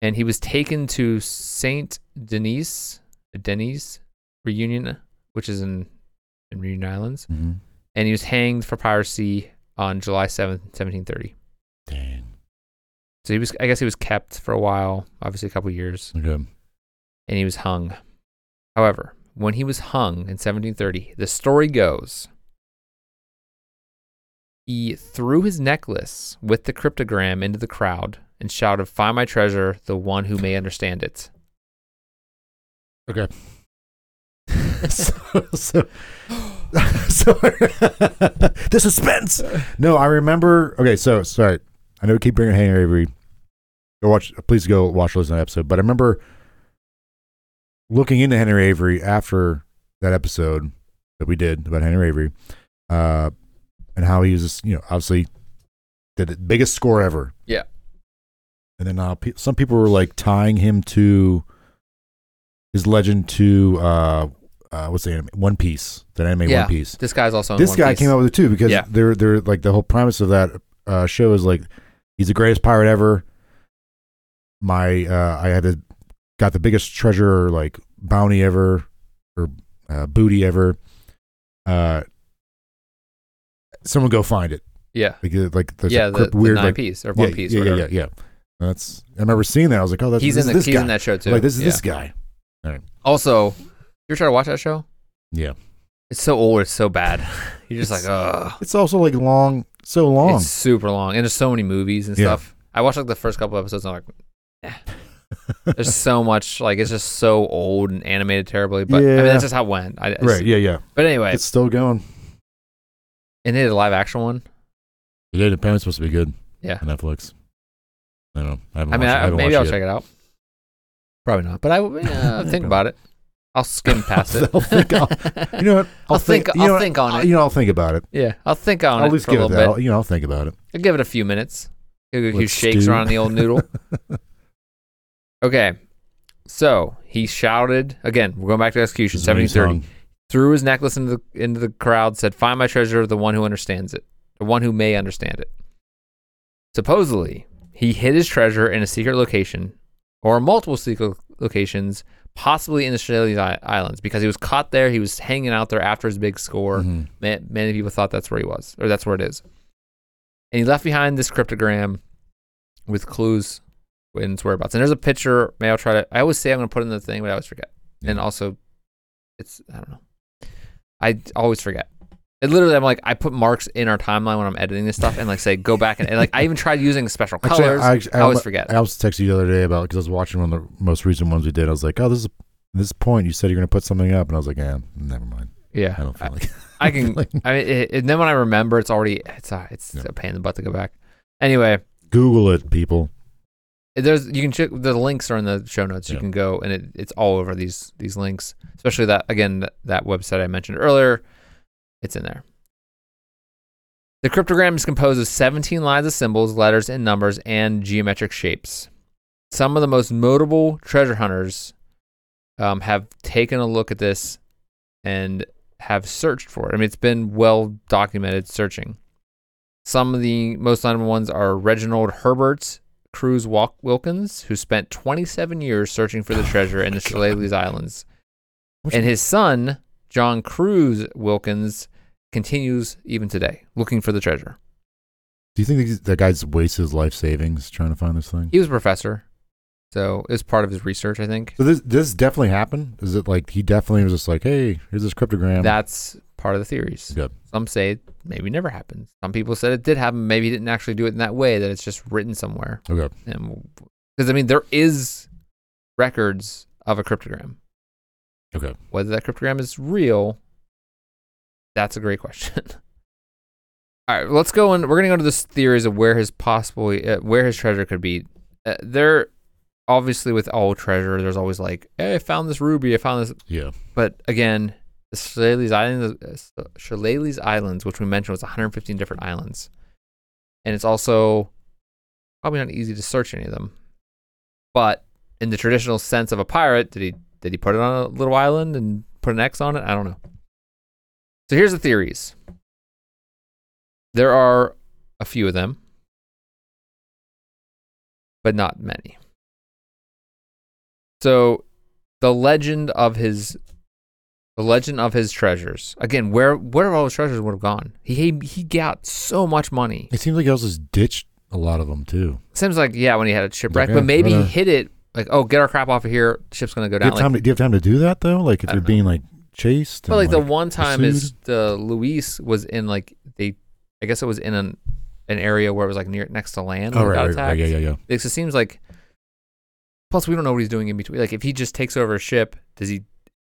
Speaker 1: and he was taken to Saint Denis, Denis Reunion, which is in in Reunion Islands,
Speaker 2: Mhm.
Speaker 1: and he was hanged for piracy on July seventh, seventeen thirty.
Speaker 2: Dang.
Speaker 1: So he was, I guess, he was kept for a while, obviously a couple years,
Speaker 2: Okay.
Speaker 1: and he was hung. However, when he was hung in 1730, the story goes he threw his necklace with the cryptogram into the crowd and shouted, Find my treasure, the one who may understand it.
Speaker 2: Okay. so, so, so the suspense. No, I remember. Okay, so sorry. I know we keep bringing Henry Avery. Go watch. Please go watch listen to that episode. But I remember looking into Henry Avery after that episode that we did about Henry Avery, uh, and how he was, just, you know, obviously did the biggest score ever.
Speaker 1: Yeah.
Speaker 2: and then uh, pe- some people were like tying him to his legend to uh, uh, what's the anime One Piece, that anime
Speaker 1: Yeah.
Speaker 2: One Piece.
Speaker 1: This guy's also in
Speaker 2: This
Speaker 1: One
Speaker 2: guy
Speaker 1: Piece.
Speaker 2: came up with it too because
Speaker 1: Yeah.
Speaker 2: they're they're like the whole premise of that uh, show is like he's the greatest pirate ever. My uh, I had the got the biggest treasure like bounty ever or uh, booty ever. Uh, someone go find it.
Speaker 1: Yeah,
Speaker 2: Like uh, like there's
Speaker 1: yeah,
Speaker 2: a
Speaker 1: the,
Speaker 2: crip
Speaker 1: the
Speaker 2: weird
Speaker 1: Nine
Speaker 2: like
Speaker 1: Piece or One
Speaker 2: yeah,
Speaker 1: Piece.
Speaker 2: Yeah,
Speaker 1: or
Speaker 2: yeah,
Speaker 1: whatever.
Speaker 2: yeah, yeah. That's I remember seeing that. I was like, oh, that's
Speaker 1: He's
Speaker 2: this
Speaker 1: in the
Speaker 2: is this
Speaker 1: he's
Speaker 2: guy.
Speaker 1: in that show too.
Speaker 2: Like this is
Speaker 1: yeah.
Speaker 2: this guy.
Speaker 1: Also, you ever try to watch that show?
Speaker 2: Yeah.
Speaker 1: It's so old. It's so bad. You're just
Speaker 2: It's-
Speaker 1: like, ugh.
Speaker 2: It's also like long, so long.
Speaker 1: It's super long, and there's so many movies and
Speaker 2: Yeah.
Speaker 1: stuff. I watched like the first couple episodes. And I'm like, eh. there's so much. Like it's just so old and animated terribly. But I mean,
Speaker 2: Yeah.
Speaker 1: that's just how it went. I, it's-
Speaker 2: right? Yeah, yeah.
Speaker 1: But anyway,
Speaker 2: It's still going.
Speaker 1: and they did a live action one.
Speaker 2: The Day Dependent's supposed to be good.
Speaker 1: Yeah.
Speaker 2: On Netflix. I don't know. I haven't
Speaker 1: I mean,
Speaker 2: watched it.
Speaker 1: I,
Speaker 2: haven't
Speaker 1: maybe
Speaker 2: watched
Speaker 1: I'll
Speaker 2: it
Speaker 1: check it out. Probably not, but I will uh, think about it. I'll skim past it.
Speaker 2: I'll think- yet. You know what?
Speaker 1: I'll think.
Speaker 2: you
Speaker 1: I'll
Speaker 2: know what?
Speaker 1: think on
Speaker 2: I'll-
Speaker 1: it.
Speaker 2: You know, I'll think about it.
Speaker 1: yeah, I'll think on
Speaker 2: I'll
Speaker 1: it
Speaker 2: at least
Speaker 1: for a
Speaker 2: give it
Speaker 1: little
Speaker 2: that.
Speaker 1: bit.
Speaker 2: I'll- you know, I'll think about it.
Speaker 1: I'll give it a few minutes. Give it a few
Speaker 2: Let's
Speaker 1: shakes
Speaker 2: stew.
Speaker 1: around the old noodle. okay. So he shouted again. We're going back to execution.
Speaker 2: It's a new
Speaker 1: Seventeen thirty.
Speaker 2: song.
Speaker 1: Threw his necklace into the into the crowd. Said, "Find my treasure, the one who understands it, the one who may understand it." Supposedly, he hid his treasure in a secret location, or multiple secret locations, possibly in the Shetland I- Islands, because he was caught there. He was hanging out there after his big score.
Speaker 2: Mhm.
Speaker 1: Ma- many people thought that's where he was, or that's where it is. And he left behind this cryptogram with clues and its whereabouts. And there's a picture. Maybe I'll try to. I always say I'm going to put it in the thing, but I always forget. And
Speaker 2: Yeah.
Speaker 1: also, it's I don't know. I always forget. It literally, I'm like, I put marks in our timeline when I'm editing this stuff, and like say go back and, and, like I even tried using special
Speaker 2: Mm-hmm. Actually,
Speaker 1: colors.
Speaker 2: I, I,
Speaker 1: I always forget.
Speaker 2: I also texted you the other day about because I was watching one of the most recent ones we did. I was like, oh, this is this point you said you're gonna put something up, and I was like, yeah, never mind.
Speaker 1: yeah,
Speaker 2: I don't feel like.
Speaker 1: I can.
Speaker 2: like-
Speaker 1: I mean, it, and then when I remember, it's already it's a, it's
Speaker 2: Yeah.
Speaker 1: a pain in the butt to go back. Anyway,
Speaker 2: Google it, people.
Speaker 1: there's you can check the links are in the show notes you
Speaker 2: Yeah.
Speaker 1: can go and it, it's all over these these links especially that again that, that website i mentioned earlier it's in there the cryptogram is composed of 17 lines of symbols letters and numbers and geometric shapes some of the most notable treasure hunters um, have taken a look at this and have searched for it i mean it's been well documented searching some of the most notable ones are reginald herbert Cruz Walk Wilkins, who spent 27 years searching for the treasure in the Chehalis Islands.
Speaker 2: Which-
Speaker 1: and his son, John Cruz Wilkins, continues even today looking for the treasure.
Speaker 2: Do you think that- that guy's wasted his life savings trying to find this thing?
Speaker 1: He was a professor, so it was part of his research, I think.
Speaker 2: So this this definitely happened. Is it like he definitely was just like, hey, here's this cryptogram.
Speaker 1: That's part of the theories.
Speaker 2: Good.
Speaker 1: Some say it maybe never happened. Some people said it did happen. Maybe he didn't actually do it in that way, that it's just written somewhere.
Speaker 2: okay.
Speaker 1: And Because, I mean, there is records of a cryptogram.
Speaker 2: Okay.
Speaker 1: Whether that cryptogram is real, that's a great question. All right, let's go and we're gonna go to this theories of where his possibly uh, where his treasure could be. Uh, there, obviously, with all treasure, there's always like, hey, I found this ruby, I found this.
Speaker 2: Yeah.
Speaker 1: But again, the Shillelagh's Islands, uh, Shillelagh's Islands, which we mentioned was 115 different islands, and it's also probably not easy to search any of them. But in the traditional sense of a pirate, did he did he put it on a little island and put an X on it? I don't know. So here's the theories. There are a few of them, but not many. So the legend of his the legend of his treasures. Again, where where all his treasures would have gone? He he, he got so much money.
Speaker 2: It seems like he also just ditched a lot of them too.
Speaker 1: Seems like yeah, when he had a shipwreck,
Speaker 2: Like,
Speaker 1: but
Speaker 2: yeah,
Speaker 1: maybe he
Speaker 2: whatever.
Speaker 1: hit it like oh, get our crap off of here. Ship's gonna go
Speaker 2: Do you,
Speaker 1: down.
Speaker 2: have
Speaker 1: Like,
Speaker 2: time to, do you have time to do that though? Like if
Speaker 1: I
Speaker 2: you're
Speaker 1: don't
Speaker 2: being like chased.
Speaker 1: but like
Speaker 2: and,
Speaker 1: the one time is
Speaker 2: pursued?
Speaker 1: the Luis was in like they, I guess it was in an an area where it was like near next to land.
Speaker 2: Oh
Speaker 1: when it
Speaker 2: right,
Speaker 1: got
Speaker 2: right, right,
Speaker 1: attacked.
Speaker 2: yeah, yeah, yeah.
Speaker 1: Like, so it seems like. Plus, we don't know what he's doing in between. Like, if he just takes over a ship, does he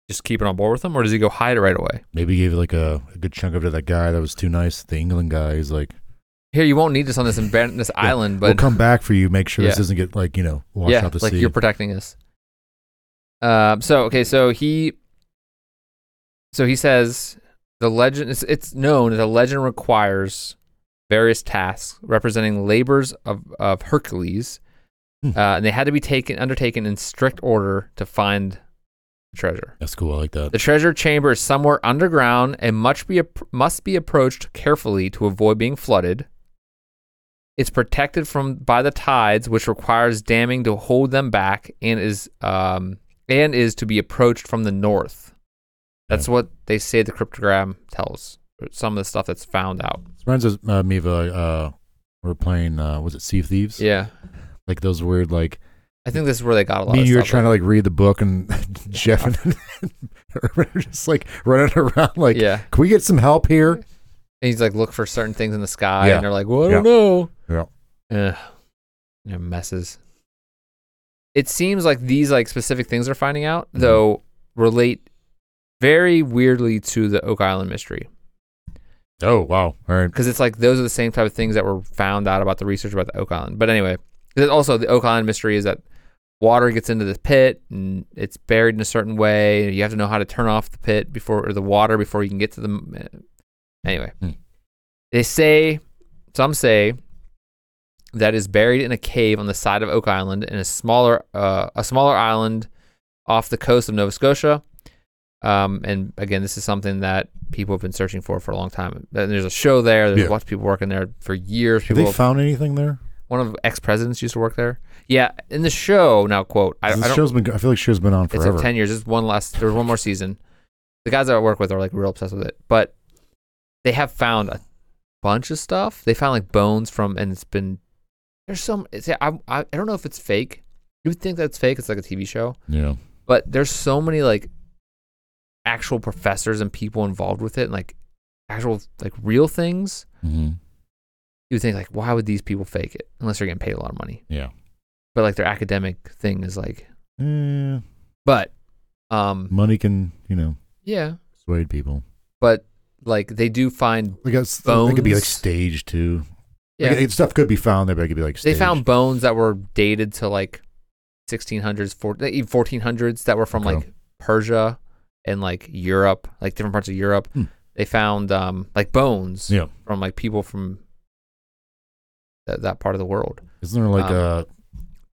Speaker 1: just keep it on board with him, or does he go hide it right away?
Speaker 2: Maybe he gave like a, a good chunk of it to that guy that was too nice. The England guy. He's like,
Speaker 1: Here, you won't need this on this embar- this island,
Speaker 2: we'll
Speaker 1: but
Speaker 2: come back for you. Make sure this
Speaker 1: Yeah.
Speaker 2: doesn't get like you know washed
Speaker 1: yeah,
Speaker 2: out to
Speaker 1: like
Speaker 2: sea.
Speaker 1: you're protecting us. Um. So okay. So he. So he says the legend. It's, it's known that the legend requires various tasks representing labors of of Hercules,
Speaker 2: Hmm.
Speaker 1: uh, and they had to be taken undertaken in strict order to find the treasure.
Speaker 2: That's cool. I like that.
Speaker 1: The treasure chamber is somewhere underground and much be ap- must be approached carefully to avoid being flooded. It's protected from by the tides, which requires damming to hold them back, and is um, and is to be approached from the north. That's
Speaker 2: Yeah.
Speaker 1: what they say the cryptogram tells. or Some of the stuff that's found out.
Speaker 2: This reminds us, uh, me of uh, uh, we were playing uh, was it Sea of Thieves?
Speaker 1: Yeah,
Speaker 2: Like those weird like
Speaker 1: I think this is where they got a lot.
Speaker 2: me
Speaker 1: of
Speaker 2: and you were
Speaker 1: stuff.
Speaker 2: trying to like read the book and Jeff and Urban were just like running around like
Speaker 1: yeah,
Speaker 2: can we get some help here?
Speaker 1: and he's like, look for certain things in the sky,
Speaker 2: Yeah.
Speaker 1: and they're like, well, I
Speaker 2: Yeah.
Speaker 1: don't know.
Speaker 2: Yeah.
Speaker 1: Ugh. They're messes. It seems like these like specific things they're finding out
Speaker 2: Mhm.
Speaker 1: though relate very weirdly to the Oak Island mystery
Speaker 2: Oh wow! All right.
Speaker 1: because it's like those are the same type of things that were found out about the research about the Oak Island. But anyway, there's also the Oak Island mystery is that water gets into the pit and it's buried in a certain way. You have to know how to turn off the pit before or the water before you can get to the. eh, Anyway,
Speaker 2: Hmm.
Speaker 1: they say some say that is buried in a cave on the side of Oak Island in a smaller uh, a smaller island off the coast of Nova Scotia. Um, and again, this is something that people have been searching for for a long time. And there's a show there. There's
Speaker 2: Yeah.
Speaker 1: lots of people working there for years.
Speaker 2: Have
Speaker 1: People,
Speaker 2: they found anything there?
Speaker 1: one of ex presidents used to work there. Yeah, in the show now, quote. I, I
Speaker 2: this
Speaker 1: don't.
Speaker 2: show's been. go- I feel like show's been on
Speaker 1: it's like
Speaker 2: forever.
Speaker 1: ten years. There's one last. There's one more season. The guys that I work with are like real obsessed with it, but they have found a bunch of stuff. They found like bones from, and it's been there's some. It's, I I I don't know if it's fake. You would think that's fake. It's like a TV show
Speaker 2: yeah.
Speaker 1: but there's so many like actual professors and people involved with it and like actual like real things
Speaker 2: hmm
Speaker 1: you would think like why would these people fake it unless they're getting paid a lot of money
Speaker 2: Yeah.
Speaker 1: but like their academic thing is like
Speaker 2: Eh,
Speaker 1: but um
Speaker 2: money can you know
Speaker 1: yeah
Speaker 2: sway people.
Speaker 1: but like they do find
Speaker 2: Like it's, it could be like
Speaker 1: Bones.
Speaker 2: staged too.
Speaker 1: yeah
Speaker 2: Like, it- stuff could be found there, but it could be like
Speaker 1: they
Speaker 2: staged.
Speaker 1: found bones that were dated to like 1600s four- eh, even 1400s that were from
Speaker 2: Okay.
Speaker 1: like persia and like europe like different parts of europe
Speaker 2: Hmm.
Speaker 1: they found um like bones
Speaker 2: Yeah.
Speaker 1: from like people from that, that part of the world
Speaker 2: Isn't there like
Speaker 1: um,
Speaker 2: a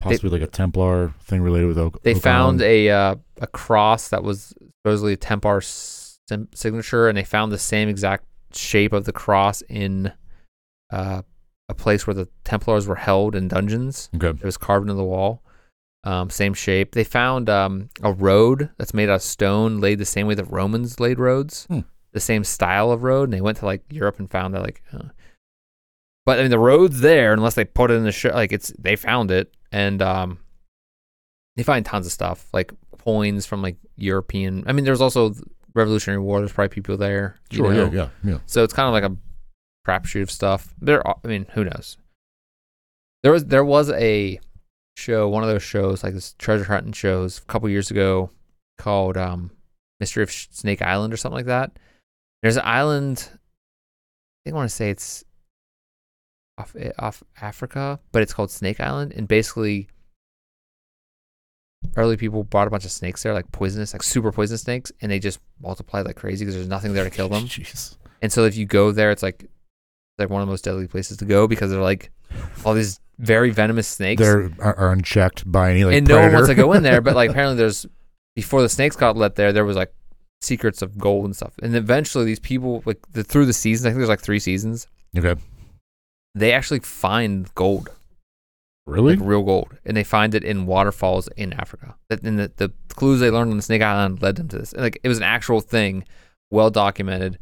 Speaker 2: possibly like a Templar thing related with Oak?
Speaker 1: they
Speaker 2: Oak
Speaker 1: found
Speaker 2: Island?
Speaker 1: a uh, a cross that was supposedly a templar sim- signature and they found the same exact shape of the cross in uh a place where the templars were held in dungeons
Speaker 2: okay.
Speaker 1: It was carved into the wall. Um, same shape. They found um, a road that's made out of stone, laid the same way the Romans laid roads,
Speaker 2: Hmm.
Speaker 1: the same style of road. And they went to like Europe and found that like, uh, but I mean the road's there unless they put it in the show. Like it's they found it and um, they find tons of stuff like coins from like European. I mean there's also the Revolutionary War. There's probably people there. you
Speaker 2: Sure.
Speaker 1: know?
Speaker 2: Yeah. Yeah. Yeah.
Speaker 1: So it's kind of like a crapshoot of stuff. There, are- I mean, who knows? There was there was a show, one of those shows, like this treasure hunting shows, a couple years ago, called um, Mystery of Sh- Snake Island or something like that. There's an island. I think I want to say it's off eh, off Africa, but it's called Snake Island, and basically. Early people brought a bunch of snakes there, like poisonous, like super poisonous snakes, and they just multiplied like crazy because there's nothing there to kill them.
Speaker 2: Jeez.
Speaker 1: And so if you go there, it's like like one of the most deadly places to go because they're like all these very venomous snakes,
Speaker 2: They're are, are unchecked by any like
Speaker 1: and no one wants to
Speaker 2: predator.
Speaker 1: go in there. But like apparently, there's before the snakes got let there, there was like secrets of gold and stuff. And eventually, these people like the, through the seasons, I think there's like three seasons,
Speaker 2: okay.
Speaker 1: they actually find gold,
Speaker 2: Really?
Speaker 1: like real gold, and they find it in waterfalls in Africa. That- And the, the clues they learned on the Snake Island led them to this. And like it was an actual thing, well documented.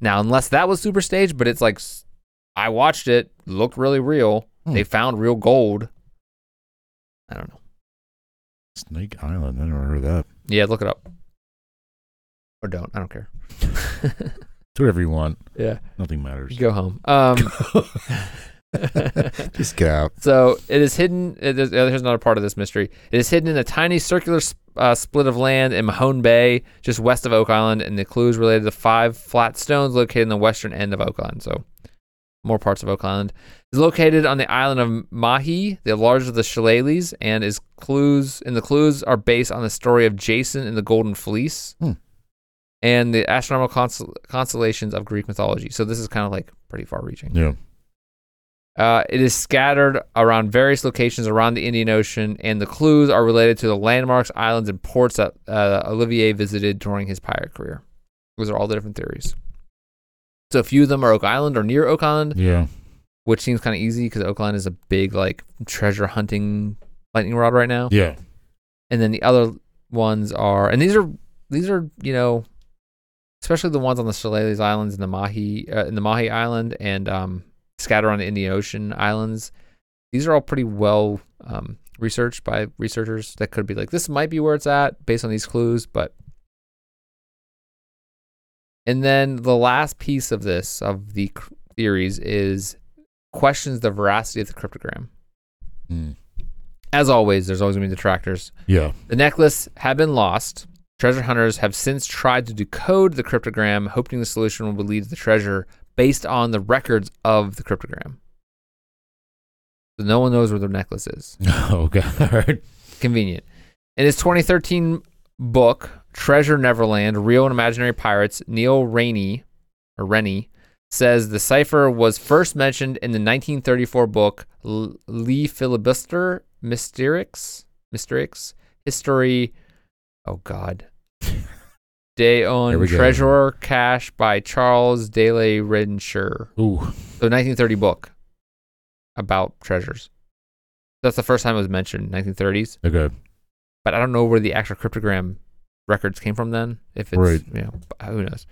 Speaker 1: Now, unless that was super staged, but it's like s- I watched it, looked really real.
Speaker 2: Hmm.
Speaker 1: They found real gold. I don't know.
Speaker 2: Snake Island. I never heard of that.
Speaker 1: Yeah, look it up. Or don't. I don't care.
Speaker 2: Do whatever you want.
Speaker 1: yeah.
Speaker 2: Nothing matters.
Speaker 1: Go home. Um,
Speaker 2: Just get out.
Speaker 1: So it is hidden. It is, uh, here's another part of this mystery. It is hidden in a tiny circular sp- uh, split of land in Mahone Bay, just west of Oak Island, and the clues related to five flat stones located in the western end of Oak Island. So more parts of Oak Island is located on the island of Mahi, the largest of the shillelaghs, and is clues. And the clues are based on the story of Jason and the Golden Fleece,
Speaker 2: Hmm.
Speaker 1: and the astronomical constel- constellations of Greek mythology. So this is kind of like pretty far-reaching.
Speaker 2: Yeah.
Speaker 1: Uh, it is scattered around various locations around the Indian Ocean, and the clues are related to the landmarks, islands, and ports that uh, Olivier visited during his pirate career. Those are all the different theories. So a few of them are Oak Island or near Oak Island,
Speaker 2: Yeah.
Speaker 1: which seems kind of easy because Oak Island is a big like treasure hunting lightning rod right now.
Speaker 2: Yeah.
Speaker 1: And then the other ones are, and these are these are you know, especially the ones on the Solales Islands and the Mahi uh, in the Mahi Island and um, scattered on the Indian Ocean islands. These are all pretty well um, researched by researchers that could be like this might be where it's at based on these clues, but. And then the last piece of this of the cr- theories is questions the veracity of the cryptogram.
Speaker 2: Mm.
Speaker 1: As always, there's always going to be detractors.
Speaker 2: Yeah.
Speaker 1: The necklace had been lost. Treasure hunters have since tried to decode the cryptogram, hoping the solution will lead to the treasure based on the records of the cryptogram. So no one knows where the necklace is.
Speaker 2: Oh god. All right.
Speaker 1: Convenient. In his 2013 book, Treasure Neverland Real and Imaginary Pirates, Neil Rainey, or Rennie, says the cipher was first mentioned in the 1934 book L- Lee Filibuster Mysterix, Mysterix History. Oh, God. Day
Speaker 2: Here
Speaker 1: on
Speaker 2: we go.
Speaker 1: Treasurer Cash by Charles Daley Rensher.
Speaker 2: Ooh.
Speaker 1: So 1930 book about treasures. That's the first time it was mentioned, 1930s.
Speaker 2: Okay.
Speaker 1: But I don't know where the actual cryptogram records came from then. If it's,
Speaker 2: Right.
Speaker 1: you know, who knows?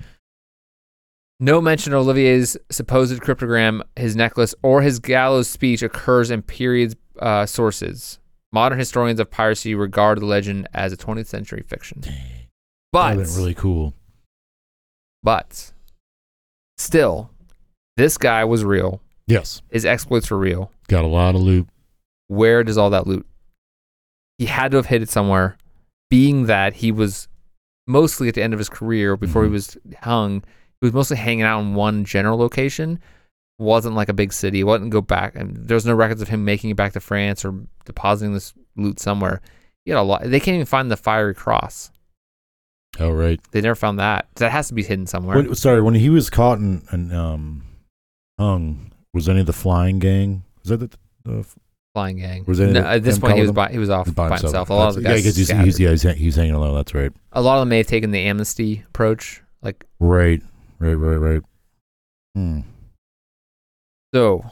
Speaker 1: No mention of Olivier's supposed cryptogram, his necklace, or his gallows speech occurs in period uh, sources. Modern historians of piracy regard the legend as a 20th century fiction. But
Speaker 2: that went really cool.
Speaker 1: but still, this guy was real.
Speaker 2: Yes.
Speaker 1: His exploits were real.
Speaker 2: Got a lot of loot.
Speaker 1: Where does all that loot? He had to have hid it somewhere, being that he was mostly at the end of his career before
Speaker 2: Mhm.
Speaker 1: he was hung. He was mostly hanging out in one general location. Wasn't like a big city. Wasn't go back. And there's no records of him making it back to France or depositing this loot somewhere. He had a lot. They can't even find the fiery cross.
Speaker 2: All right.
Speaker 1: They never found that. That has to be hidden somewhere.
Speaker 2: When, sorry, when he was caught and, and um hung, was any of the flying gang? Was that the, the
Speaker 1: flying gang.
Speaker 2: Was any
Speaker 1: No,
Speaker 2: of
Speaker 1: at this
Speaker 2: them
Speaker 1: point, he was
Speaker 2: colored?
Speaker 1: by, he was off by, himself. A lot of the
Speaker 2: yeah,
Speaker 1: guys,
Speaker 2: because he's, he's,
Speaker 1: scattered.
Speaker 2: yeah, he's, hang- he's hanging alone. That's right.
Speaker 1: a lot of them may have taken the amnesty approach. Like
Speaker 2: Right. Right. Right. Right. Hmm.
Speaker 1: so,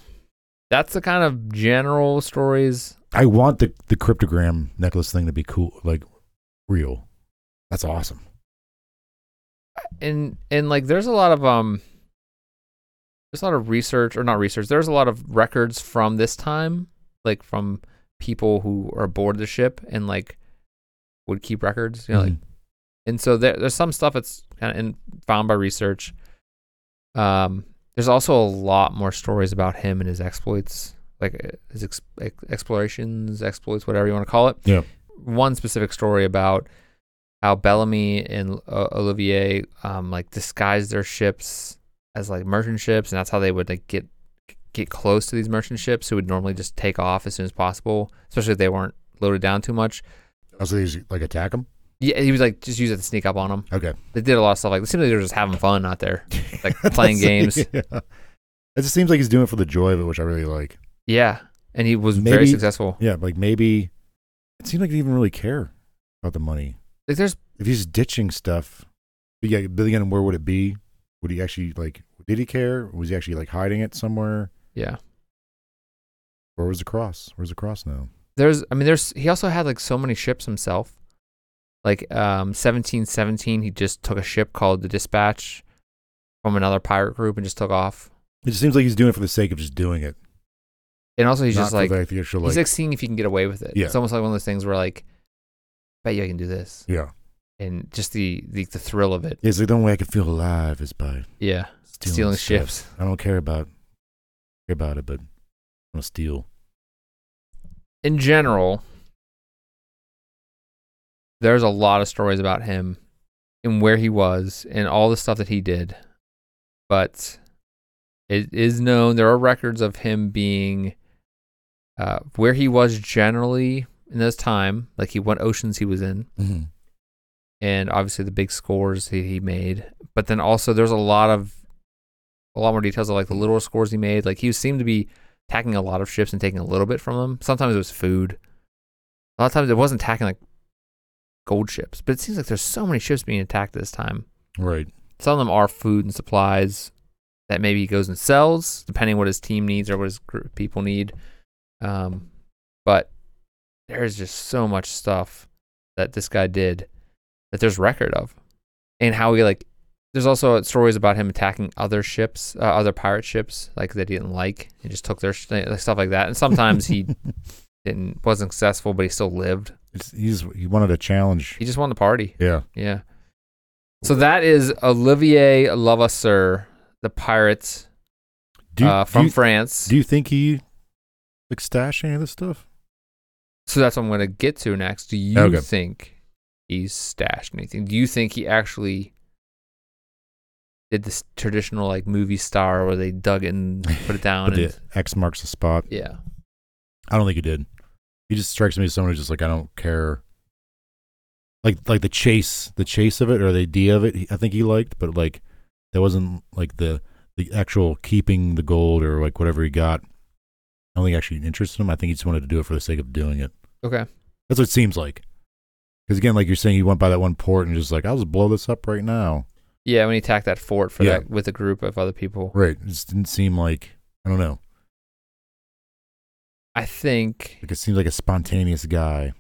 Speaker 1: that's the kind of general stories.
Speaker 2: I want the the cryptogram necklace thing to be cool, like real. That's awesome.
Speaker 1: And and like, there's a lot of um, there's a lot of research or not research. There's a lot of records from this time, like from people who are aboard the ship and like would keep records. You know, like
Speaker 2: Mhm.
Speaker 1: and so there, there's some stuff that's kind of in, found by research. Um, there's also a lot more stories about him and his exploits, like uh, his ex- ex- explorations, exploits, whatever you want to call it.
Speaker 2: Yeah.
Speaker 1: One specific story about how Bellamy and uh, Olivier um, like disguised their ships as like merchant ships, and that's how they would like get get close to these merchant ships who would normally just take off as soon as possible, especially if they weren't loaded down too much.
Speaker 2: Also, he's like attack him.
Speaker 1: Yeah, he was like just use it to sneak up on them
Speaker 2: Okay,
Speaker 1: they did a lot of stuff like it seemed like they were just having fun out there like playing games
Speaker 2: Yeah. It just seems like he's doing it for the joy of it, which I really like.
Speaker 1: yeah and he was very
Speaker 2: Maybe-
Speaker 1: successful
Speaker 2: Yeah, like maybe it seemed like he didn't really care about the money.
Speaker 1: like there's
Speaker 2: If he's ditching stuff, but yeah, but again, where would it be? Would he actually like? Did he care? Was he actually like hiding it somewhere?
Speaker 1: yeah
Speaker 2: Where was the cross? Where's the cross now?
Speaker 1: there's i mean there's he also had like so many ships himself like um 1717 he just took a ship called the dispatch from another pirate group and just took off
Speaker 2: It just seems like he's doing it for the sake of just doing it.
Speaker 1: and also he's
Speaker 2: not
Speaker 1: just
Speaker 2: for
Speaker 1: like
Speaker 2: the, the actual,
Speaker 1: he's
Speaker 2: like
Speaker 1: like seeing if he can get away with it
Speaker 2: Yeah.
Speaker 1: it's almost like one of those things where like bet you i can do this
Speaker 2: yeah.
Speaker 1: and just the the, the thrill of it
Speaker 2: It's like the only way I can feel alive is by
Speaker 1: yeah stealing
Speaker 2: stealing, stuff.
Speaker 1: ships
Speaker 2: I don't care about care about it, but I'm gonna steal.
Speaker 1: in general, there's a lot of stories about him and where he was and all the stuff that he did. But it is known there are records of him being uh, where he was generally in this time, like he what oceans he was in,
Speaker 2: Mm-hmm.
Speaker 1: and obviously the big scores he, he made. But then also there's a lot of a lot more details of like the little scores he made. Like he seemed to be tacking a lot of ships and taking a little bit from them. Sometimes it was food. A lot of times it wasn't attacking like gold ships, but it seems like there's so many ships being attacked this time.
Speaker 2: Right.
Speaker 1: Some of them are food and supplies that maybe he goes and sells, depending what his team needs or what his group people need. Um, but there's just so much stuff that this guy did that there's record of, and how he like. There's also stories about him attacking other ships, uh, other pirate ships, like that he didn't like, and just took their sh- like, stuff like that. And sometimes he didn't wasn't successful, but he still lived.
Speaker 2: It's, he's he wanted a challenge.
Speaker 1: He just won the party.
Speaker 2: Yeah.
Speaker 1: Yeah. So that is Olivier Levasseur, the pirate
Speaker 2: Do you,
Speaker 1: uh,
Speaker 2: do
Speaker 1: from
Speaker 2: you-
Speaker 1: France.
Speaker 2: do you think he like stashed any of this stuff?
Speaker 1: so that's what I'm going to get to next. Do you
Speaker 2: Okay.
Speaker 1: think he stashed anything? Do you think he actually did this traditional like movie star where they dug it and put it down?
Speaker 2: But
Speaker 1: and,
Speaker 2: the X marks the spot.
Speaker 1: yeah.
Speaker 2: I don't think he did. He just strikes me as someone who's just like I don't care. Like like the chase, the chase of it or the idea of it, he- I think he liked, but like that wasn't like the the actual keeping the gold or like whatever he got. I don't think actually interested him. I think he just wanted to do it for the sake of doing it.
Speaker 1: Okay.
Speaker 2: That's what it seems like. Because again, like you're saying, he went by that one port and just like I'll just blow this up right now.
Speaker 1: Yeah, when he attacked that fort for
Speaker 2: Yeah.
Speaker 1: that with a group of other people.
Speaker 2: Right. It just didn't seem like I don't know.
Speaker 1: I think
Speaker 2: Like it seems like a spontaneous guy.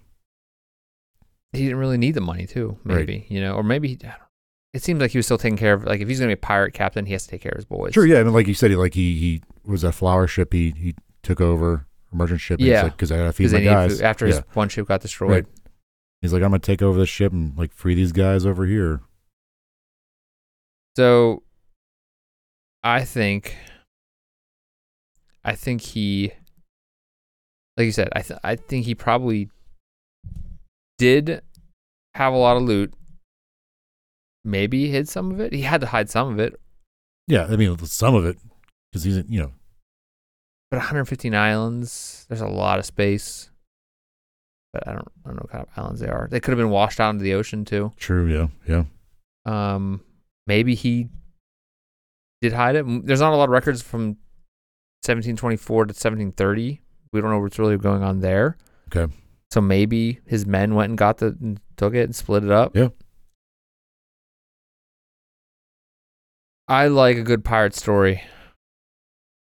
Speaker 1: he didn't really need the money too,
Speaker 2: Right.
Speaker 1: maybe, you know, or maybe he, I don't, it seems like he was still taking care of like if he's going to be a pirate captain, he has to take care of his boys.
Speaker 2: Sure, yeah, and like you said, he like he he was a flower ship. He he took over a merchant ship. and
Speaker 1: Yeah.
Speaker 2: he's like, because I gotta feed
Speaker 1: Because
Speaker 2: my
Speaker 1: they need
Speaker 2: guys.
Speaker 1: food after
Speaker 2: Yeah.
Speaker 1: his one ship got destroyed.
Speaker 2: Right. he's like, I'm gonna take over this ship and like free these guys over here.
Speaker 1: So I think I think he like you said, I th- I think he probably did have a lot of loot. Maybe he hid some of it. He had to hide some of it.
Speaker 2: Yeah, I mean some of it because he's you know
Speaker 1: But 115 islands, there's a lot of space. But I don't I don't know what kind of islands they are. They could have been washed out into the ocean too.
Speaker 2: true. Yeah, yeah.
Speaker 1: Um, maybe he did hide it. M- There's not a lot of records from 1724 to 1730. We don't know what's really going on there.
Speaker 2: Okay.
Speaker 1: So maybe his men went and got the and took it and split it up.
Speaker 2: Yeah.
Speaker 1: I like a good pirate story.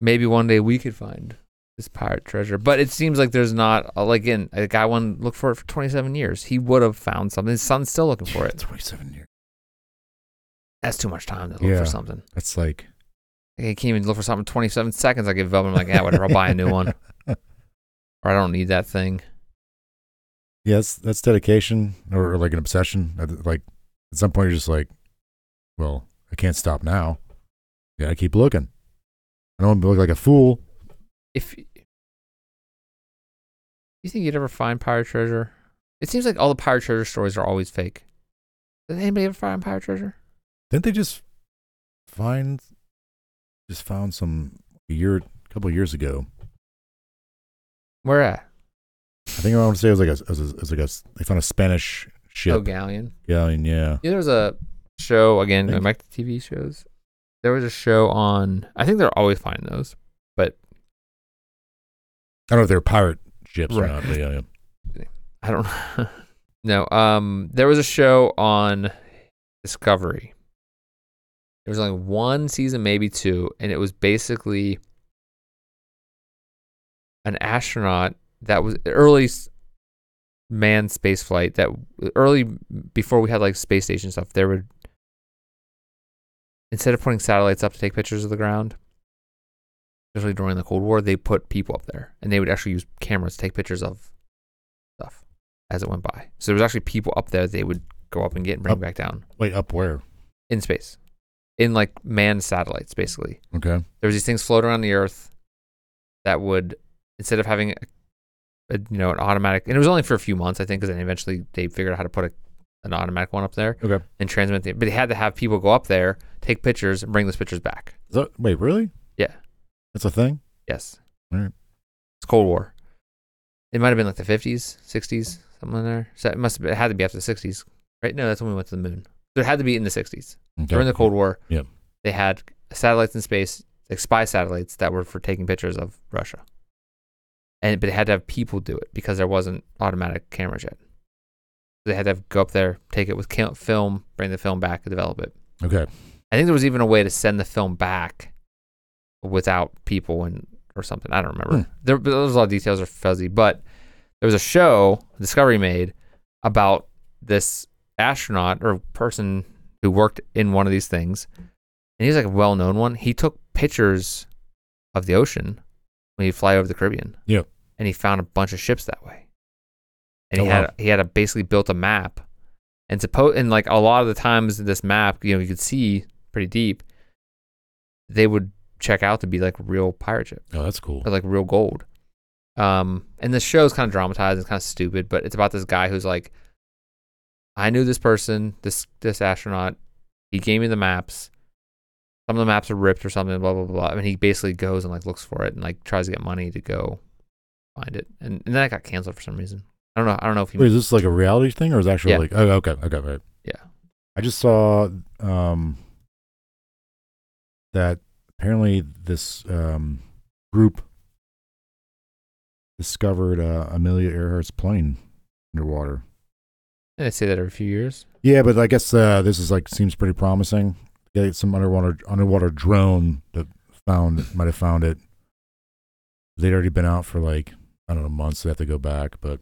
Speaker 1: Maybe one day we could find this pirate treasure, but it seems like there's not. a- Like again, a guy one looked for it for 27 years. He would have found something. His son's still looking for it
Speaker 2: Twenty-seven years.
Speaker 1: that's too much time to look
Speaker 2: Yeah.
Speaker 1: for something.
Speaker 2: That's like
Speaker 1: Like, I can't even look for something in 27 seconds. I give up. I'm like, yeah, whatever. I'll buy a new one. Or I don't need that thing.
Speaker 2: Yeah, that's that's dedication or, or, like an obsession. I th- Like at some point, you're just like, well, I can't stop now. Gotta keep looking. I don't want to look like a fool.
Speaker 1: If you think you'd ever find pirate treasure, it seems like all the pirate treasure stories are always fake. Did anybody ever find pirate treasure?
Speaker 2: Didn't they just find just found some a year a couple of years ago?
Speaker 1: Where at?
Speaker 2: I think I want to say it was like a, it was, it was like a s- they found a Spanish ship.
Speaker 1: Oh, Galleon.
Speaker 2: Yeah, I mean, yeah.
Speaker 1: Yeah, there was a show again.
Speaker 2: Thank
Speaker 1: Going back to TV shows, there was a show on. I think they're always finding those.
Speaker 2: I don't know if they're pirate ships
Speaker 1: Right.
Speaker 2: or not, but yeah, yeah.
Speaker 1: I don't know. no, um, there was a show on Discovery. There was only one season, maybe two, and it was basically an astronaut that was early s- manned space flight that early before we had like space station stuff. There would instead of putting satellites up to take pictures of the ground, especially during the Cold War, they put people up there and they would actually use cameras to take pictures of stuff as it went by. So there was actually people up there they would go up and get and bring
Speaker 2: Up-
Speaker 1: back down
Speaker 2: Wait, up where?
Speaker 1: in space, in like manned satellites, basically.
Speaker 2: Okay.
Speaker 1: There was these things floating around the Earth that would, instead of having, a, a, you know, an automatic, and it was only for a few months, I think, because then eventually they figured out how to put a, an automatic one up there
Speaker 2: Okay.
Speaker 1: and transmit the, but they had to have people go up there, take pictures, and bring those pictures back.
Speaker 2: So, wait, really?
Speaker 1: Yeah.
Speaker 2: That's a thing?
Speaker 1: Yes.
Speaker 2: Alright.
Speaker 1: It's Cold War. It might have been like the 50s, 60s, something in there. So it must have been, it had to be after the 60s, right? No, that's when we went to the moon. So it had to be in the 60s.
Speaker 2: Okay.
Speaker 1: during the Cold War,
Speaker 2: Yep.
Speaker 1: they had satellites in space, like spy satellites that were for taking pictures of Russia. and but it had to have people do it because there wasn't automatic cameras yet. They had to have, go up there, take it with cam- film, bring the film back, and develop it.
Speaker 2: Okay.
Speaker 1: I think there was even a way to send the film back without people and or something. I don't remember. There, but those a lot of details are fuzzy, but there was a show Discovery made about this astronaut or person who worked in one of these things, and he's like a well-known one. He took pictures of the ocean when he'd fly over the Caribbean.
Speaker 2: Yeah.
Speaker 1: and he found a bunch of ships that way, and he
Speaker 2: Oh,
Speaker 1: had
Speaker 2: wow.
Speaker 1: he had a basically built a map, and suppose and like a lot of the times in this map, you know, you could see pretty deep. They would check out to be like real pirate ships
Speaker 2: Oh, that's cool.
Speaker 1: or like real gold. Um, and the show's kind of dramatized, it's kind of stupid, but it's about this guy who's like, I knew this person, this this astronaut. He gave me the maps. Some of the maps are ripped or something. Blah blah blah. I mean, he basically goes and like looks for it and like tries to get money to go find it. And, and then it got canceled for some reason. I don't know. I don't know if he.
Speaker 2: Wait, is this like a reality thing or is it actually
Speaker 1: Yeah.
Speaker 2: like oh okay, okay, right.
Speaker 1: Yeah.
Speaker 2: I just saw um that apparently this um group discovered uh, Amelia Earhart's plane underwater.
Speaker 1: They say that every few years.
Speaker 2: Yeah, but I guess uh, this is like seems pretty promising. Yeah, some underwater underwater drone that found might have found it. They'd already been out for like I don't know months. they have to go back, but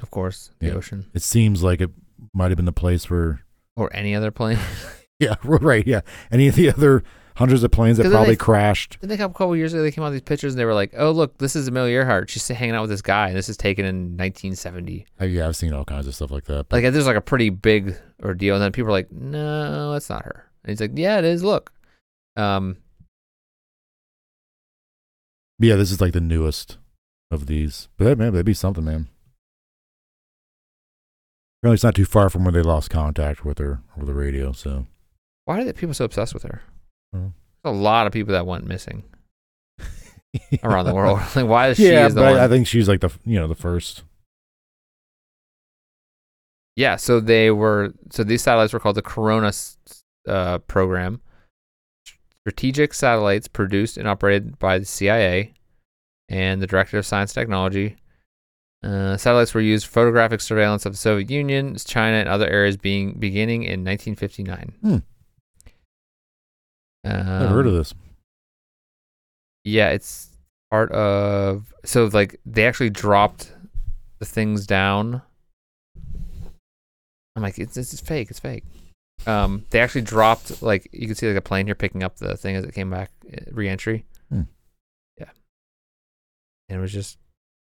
Speaker 1: Of course, the
Speaker 2: Yeah.
Speaker 1: ocean
Speaker 2: it seems like it might have been the place where
Speaker 1: or any other plane.
Speaker 2: Yeah, right. Yeah, any of the other hundreds of planes that
Speaker 1: 'Cause then
Speaker 2: probably
Speaker 1: they-
Speaker 2: crashed.
Speaker 1: I think a couple years ago they came out with these pictures and they were like, "Oh look, this is Amelia Earhart. She's hanging out with this guy, and this is taken in 1970."
Speaker 2: Uh, yeah, I've seen all kinds of stuff like that. but-
Speaker 1: Like, there's like a pretty big ordeal, and then people are like, "No, that's not her." And he's like, "Yeah, it is. Look." Um,
Speaker 2: yeah, this is like the newest of these. But that, man, that'd be something, man. Apparently, it's not too far from where they lost contact with her over the radio. So
Speaker 1: why are the people so obsessed with her?
Speaker 2: Hmm.
Speaker 1: There's a lot of people that went missing around the world. like, why is she
Speaker 2: yeah,
Speaker 1: is the
Speaker 2: but
Speaker 1: one?
Speaker 2: I, I think she's like the f- you know the first.
Speaker 1: Yeah, so they were so these satellites were called the Corona s- uh, program, strategic satellites produced and operated by the CIA and the Directorate of Science and Technology. Uh, satellites were used for photographic surveillance of the Soviet Union, China, and other areas being beginning in Um, 1959.
Speaker 2: Hmm. I've heard of
Speaker 1: Um,
Speaker 2: this.
Speaker 1: Yeah, it's part of so like they actually dropped the things down. I'm like, it's this is fake, it's fake. Um, they actually dropped like you can see like a plane here picking up the thing as it came back uh, re-entry.
Speaker 2: Hmm.
Speaker 1: Yeah, and it was just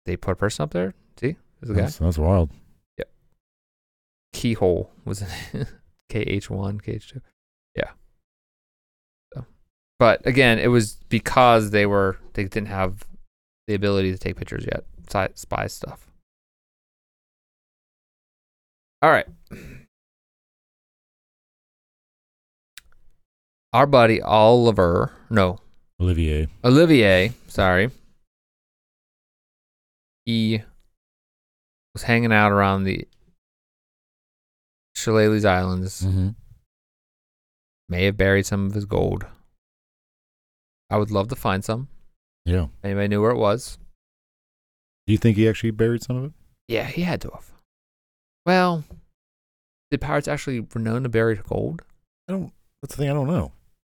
Speaker 1: they put a person up there. See, there's a guy.
Speaker 2: That's, that's wild.
Speaker 1: Keyhole was KH one, KH two. Yeah. So, but again, it was because they were they didn't have the ability to take pictures yet. Spy, spy stuff. All right. Our buddy Oliver, no,
Speaker 2: Olivier.
Speaker 1: Olivier, sorry. He was hanging out around the Shillelagh's Islands.
Speaker 2: Mm-hmm.
Speaker 1: May have buried some of his gold. I would love to find some.
Speaker 2: Yeah.
Speaker 1: If Anybody knew where it was?
Speaker 2: Do you think he actually buried some of it?
Speaker 1: Yeah, he had to have. Well, did pirates actually were known to bury gold?
Speaker 2: I don't. That's the thing. I don't know.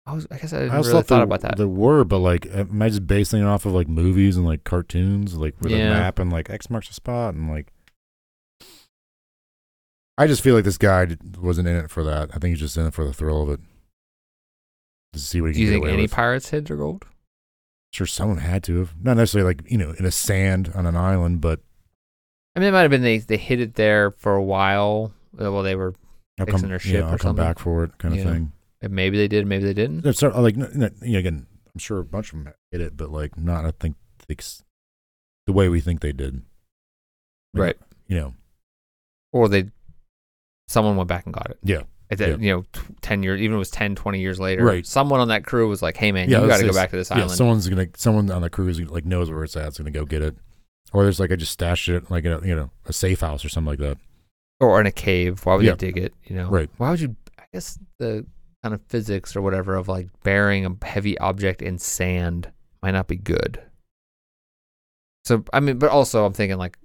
Speaker 1: I was, I guess I didn't
Speaker 2: I also
Speaker 1: really
Speaker 2: thought
Speaker 1: thought
Speaker 2: there,
Speaker 1: about that.
Speaker 2: There were, but like, am I just basing it off of like movies and like cartoons, like with
Speaker 1: Yeah.
Speaker 2: a map and like X marks the spot and like. I just feel like this guy d- wasn't in it for that. I think he's just in it for the thrill of it. To see what he
Speaker 1: Do
Speaker 2: can
Speaker 1: you
Speaker 2: get
Speaker 1: think
Speaker 2: away
Speaker 1: any
Speaker 2: with.
Speaker 1: pirates hid their gold?
Speaker 2: sure, someone had to have not necessarily like you know in a sand on an island, but
Speaker 1: I mean, it might have been they, they hid it there for a while. Uh, Well, they were
Speaker 2: I'll
Speaker 1: Fixing
Speaker 2: come,
Speaker 1: their
Speaker 2: yeah,
Speaker 1: ship or
Speaker 2: I'll come
Speaker 1: something.
Speaker 2: back for it, kind of
Speaker 1: Yeah.
Speaker 2: thing.
Speaker 1: maybe they did, maybe they didn't.
Speaker 2: That's not- like n- n- you know, again, I'm sure a bunch of them hit it, but like not I think it's the way we think they did. Like,
Speaker 1: Right.
Speaker 2: You know.
Speaker 1: or they someone went back and got it
Speaker 2: Yeah.
Speaker 1: at that
Speaker 2: Yeah.
Speaker 1: you know t- 10 years even if it was 10 20 years later
Speaker 2: Right.
Speaker 1: someone on that crew was like hey man you
Speaker 2: Yeah,
Speaker 1: got
Speaker 2: let's
Speaker 1: to go
Speaker 2: just-
Speaker 1: back to this island
Speaker 2: Yeah, someone's gonna someone on the cruise like knows where it's at. Is gonna go get it, or there's like I just stashed it like in a you know a safe house or something like that.
Speaker 1: or in a cave why would
Speaker 2: Yeah.
Speaker 1: you dig it you know
Speaker 2: Right.
Speaker 1: why would you i guess the kind of physics or whatever of like burying a heavy object in sand might not be good So I mean, but also I'm thinking like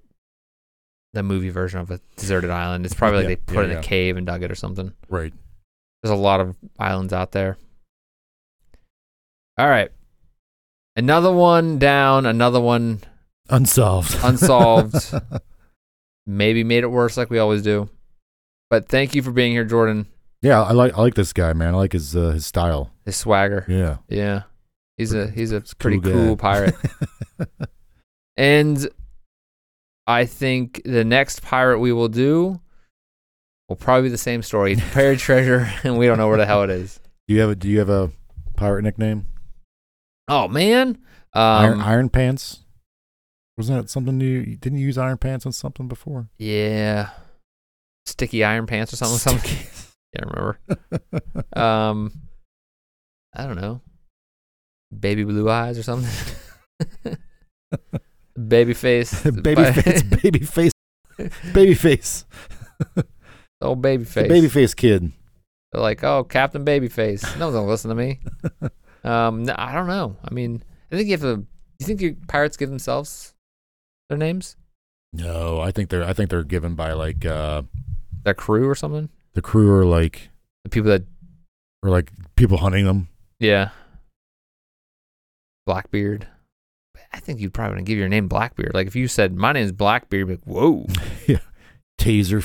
Speaker 1: the movie version of a deserted island. It's probably like
Speaker 2: Yeah,
Speaker 1: they put
Speaker 2: yeah,
Speaker 1: it in
Speaker 2: yeah.
Speaker 1: a cave and dug it or something.
Speaker 2: Right.
Speaker 1: There's a lot of islands out there. All right. Another one down, another one
Speaker 2: Unsolved.
Speaker 1: Unsolved. maybe made it worse like we always do. But thank you for being here, Jordan.
Speaker 2: yeah, I like I like this guy, man. I like his uh, his style.
Speaker 1: His swagger.
Speaker 2: Yeah.
Speaker 1: Yeah. He's a he's a
Speaker 2: a
Speaker 1: pretty
Speaker 2: cool guy.
Speaker 1: cool pirate. And I think the next pirate we will do will probably be the same story. It's Buried treasure and we don't know where the hell it is.
Speaker 2: do you have a Do you have a pirate nickname?
Speaker 1: Oh man. Um,
Speaker 2: iron, iron pants. Wasn't that something you didn't you use iron pants on something before?
Speaker 1: Yeah. Sticky iron pants or something. something. Can't remember. Um, I don't know. Baby blue eyes or something. baby face.
Speaker 2: baby face, baby face, baby face,
Speaker 1: Old baby face.
Speaker 2: baby face kid.
Speaker 1: They're like, oh, Captain Babyface. No one's gonna listen to me. Um, no, I don't know. I mean, I think you have to. You think your pirates give themselves their names,
Speaker 2: No, I think they're I think they're given by like uh
Speaker 1: their crew or something?
Speaker 2: the crew or like
Speaker 1: The people that,
Speaker 2: or like people hunting them.
Speaker 1: yeah. Blackbeard. I think you'd probably wanna give your name Blackbeard. Like if you said my name's Blackbeard, you'd be like, whoa.
Speaker 2: Taser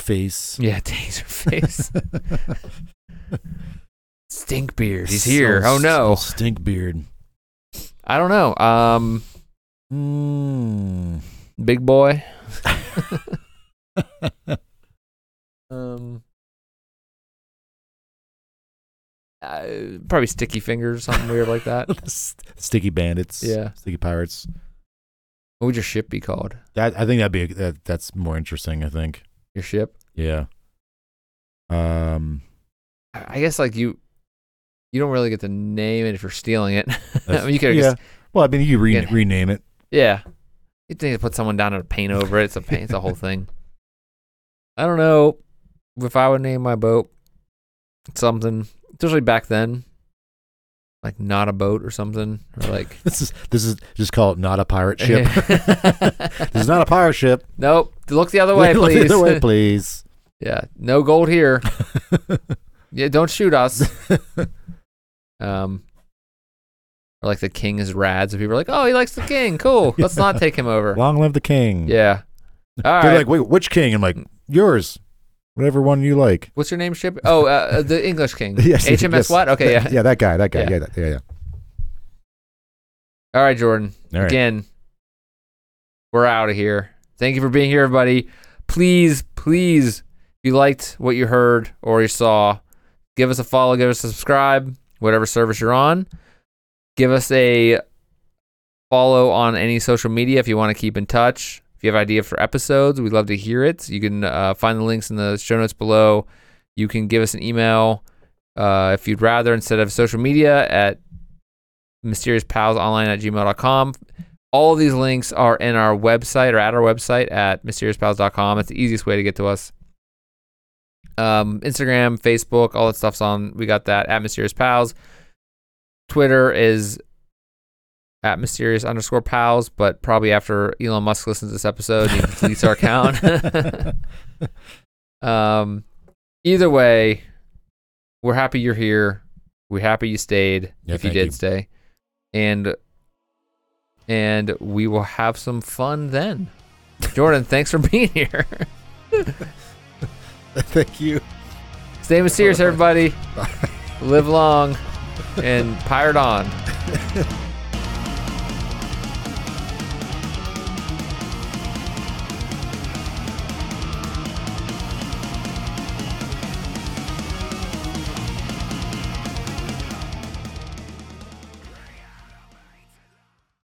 Speaker 2: face.
Speaker 1: Yeah, taser face. Stink beard. He's
Speaker 2: So-
Speaker 1: here. oh no.
Speaker 2: Stink beard.
Speaker 1: I don't know. Um
Speaker 2: Mm.
Speaker 1: big boy. Um uh, probably sticky fingers, something weird like that.
Speaker 2: Sticky bandits.
Speaker 1: Yeah.
Speaker 2: Sticky pirates.
Speaker 1: What would your ship be called?
Speaker 2: That I think that'd be a, that, that's more interesting. I think.
Speaker 1: Your ship?
Speaker 2: Yeah. Um.
Speaker 1: I I guess like you you don't really get to name it if you're stealing it. I
Speaker 2: that's-
Speaker 1: mean, you could
Speaker 2: yeah. Well, I mean, you re-
Speaker 1: Yeah.
Speaker 2: rename it.
Speaker 1: Yeah. You'd think to put someone down and paint over it. It's a paint. It's a whole thing. I don't know if I would name my boat something, especially back then, like not a boat or something, or like
Speaker 2: This is this is just call it not a pirate ship. this is not a pirate ship.
Speaker 1: nope. Look the other way,
Speaker 2: Look the
Speaker 1: please.
Speaker 2: other way, please.
Speaker 1: yeah, no gold here. Yeah, don't shoot us. Um, or like the king is rad, so people are like, oh, he likes the king. Cool. Let's not take him over.
Speaker 2: Long live the king.
Speaker 1: Yeah. All right.
Speaker 2: They're like, wait, which king? I'm like, yours. Whatever one you like.
Speaker 1: What's your name, ship? Oh, uh, the English King.
Speaker 2: Yes,
Speaker 1: HMS
Speaker 2: yes.
Speaker 1: what? Okay, yeah.
Speaker 2: That- Yeah, that guy. That guy.
Speaker 1: Yeah.
Speaker 2: Yeah, that, yeah,
Speaker 1: All right, Jordan.
Speaker 2: yeah. All right.
Speaker 1: Again, we're out of here. Thank you for being here, everybody. Please, please, if you liked what you heard or you saw, give us a follow, give us a subscribe, whatever service you're on. Give us a follow on any social media if you want to keep in touch. If you have idea for episodes, we'd love to hear it. You can uh, find the links in the show notes below. You can give us an email uh, if you'd rather instead of social media at mysteriouspalsonline at gmail.com. All of these links are in our website or at our website at mysteriouspals.com. It's the easiest way to get to us. Um, Instagram, Facebook, all that stuff's on. We got that at Mysterious Pals. Twitter is at mysterious underscore pals, but probably after Elon Musk listens to this episode, he deletes our account. Um, either way, we're happy you're here. We're happy you stayed.
Speaker 2: Yeah,
Speaker 1: if you
Speaker 2: thank
Speaker 1: did
Speaker 2: you.
Speaker 1: stay, and and we will have some fun then. Jordan, thanks for being here.
Speaker 2: Thank you.
Speaker 1: Stay mysterious, everybody. Live long and pirate on.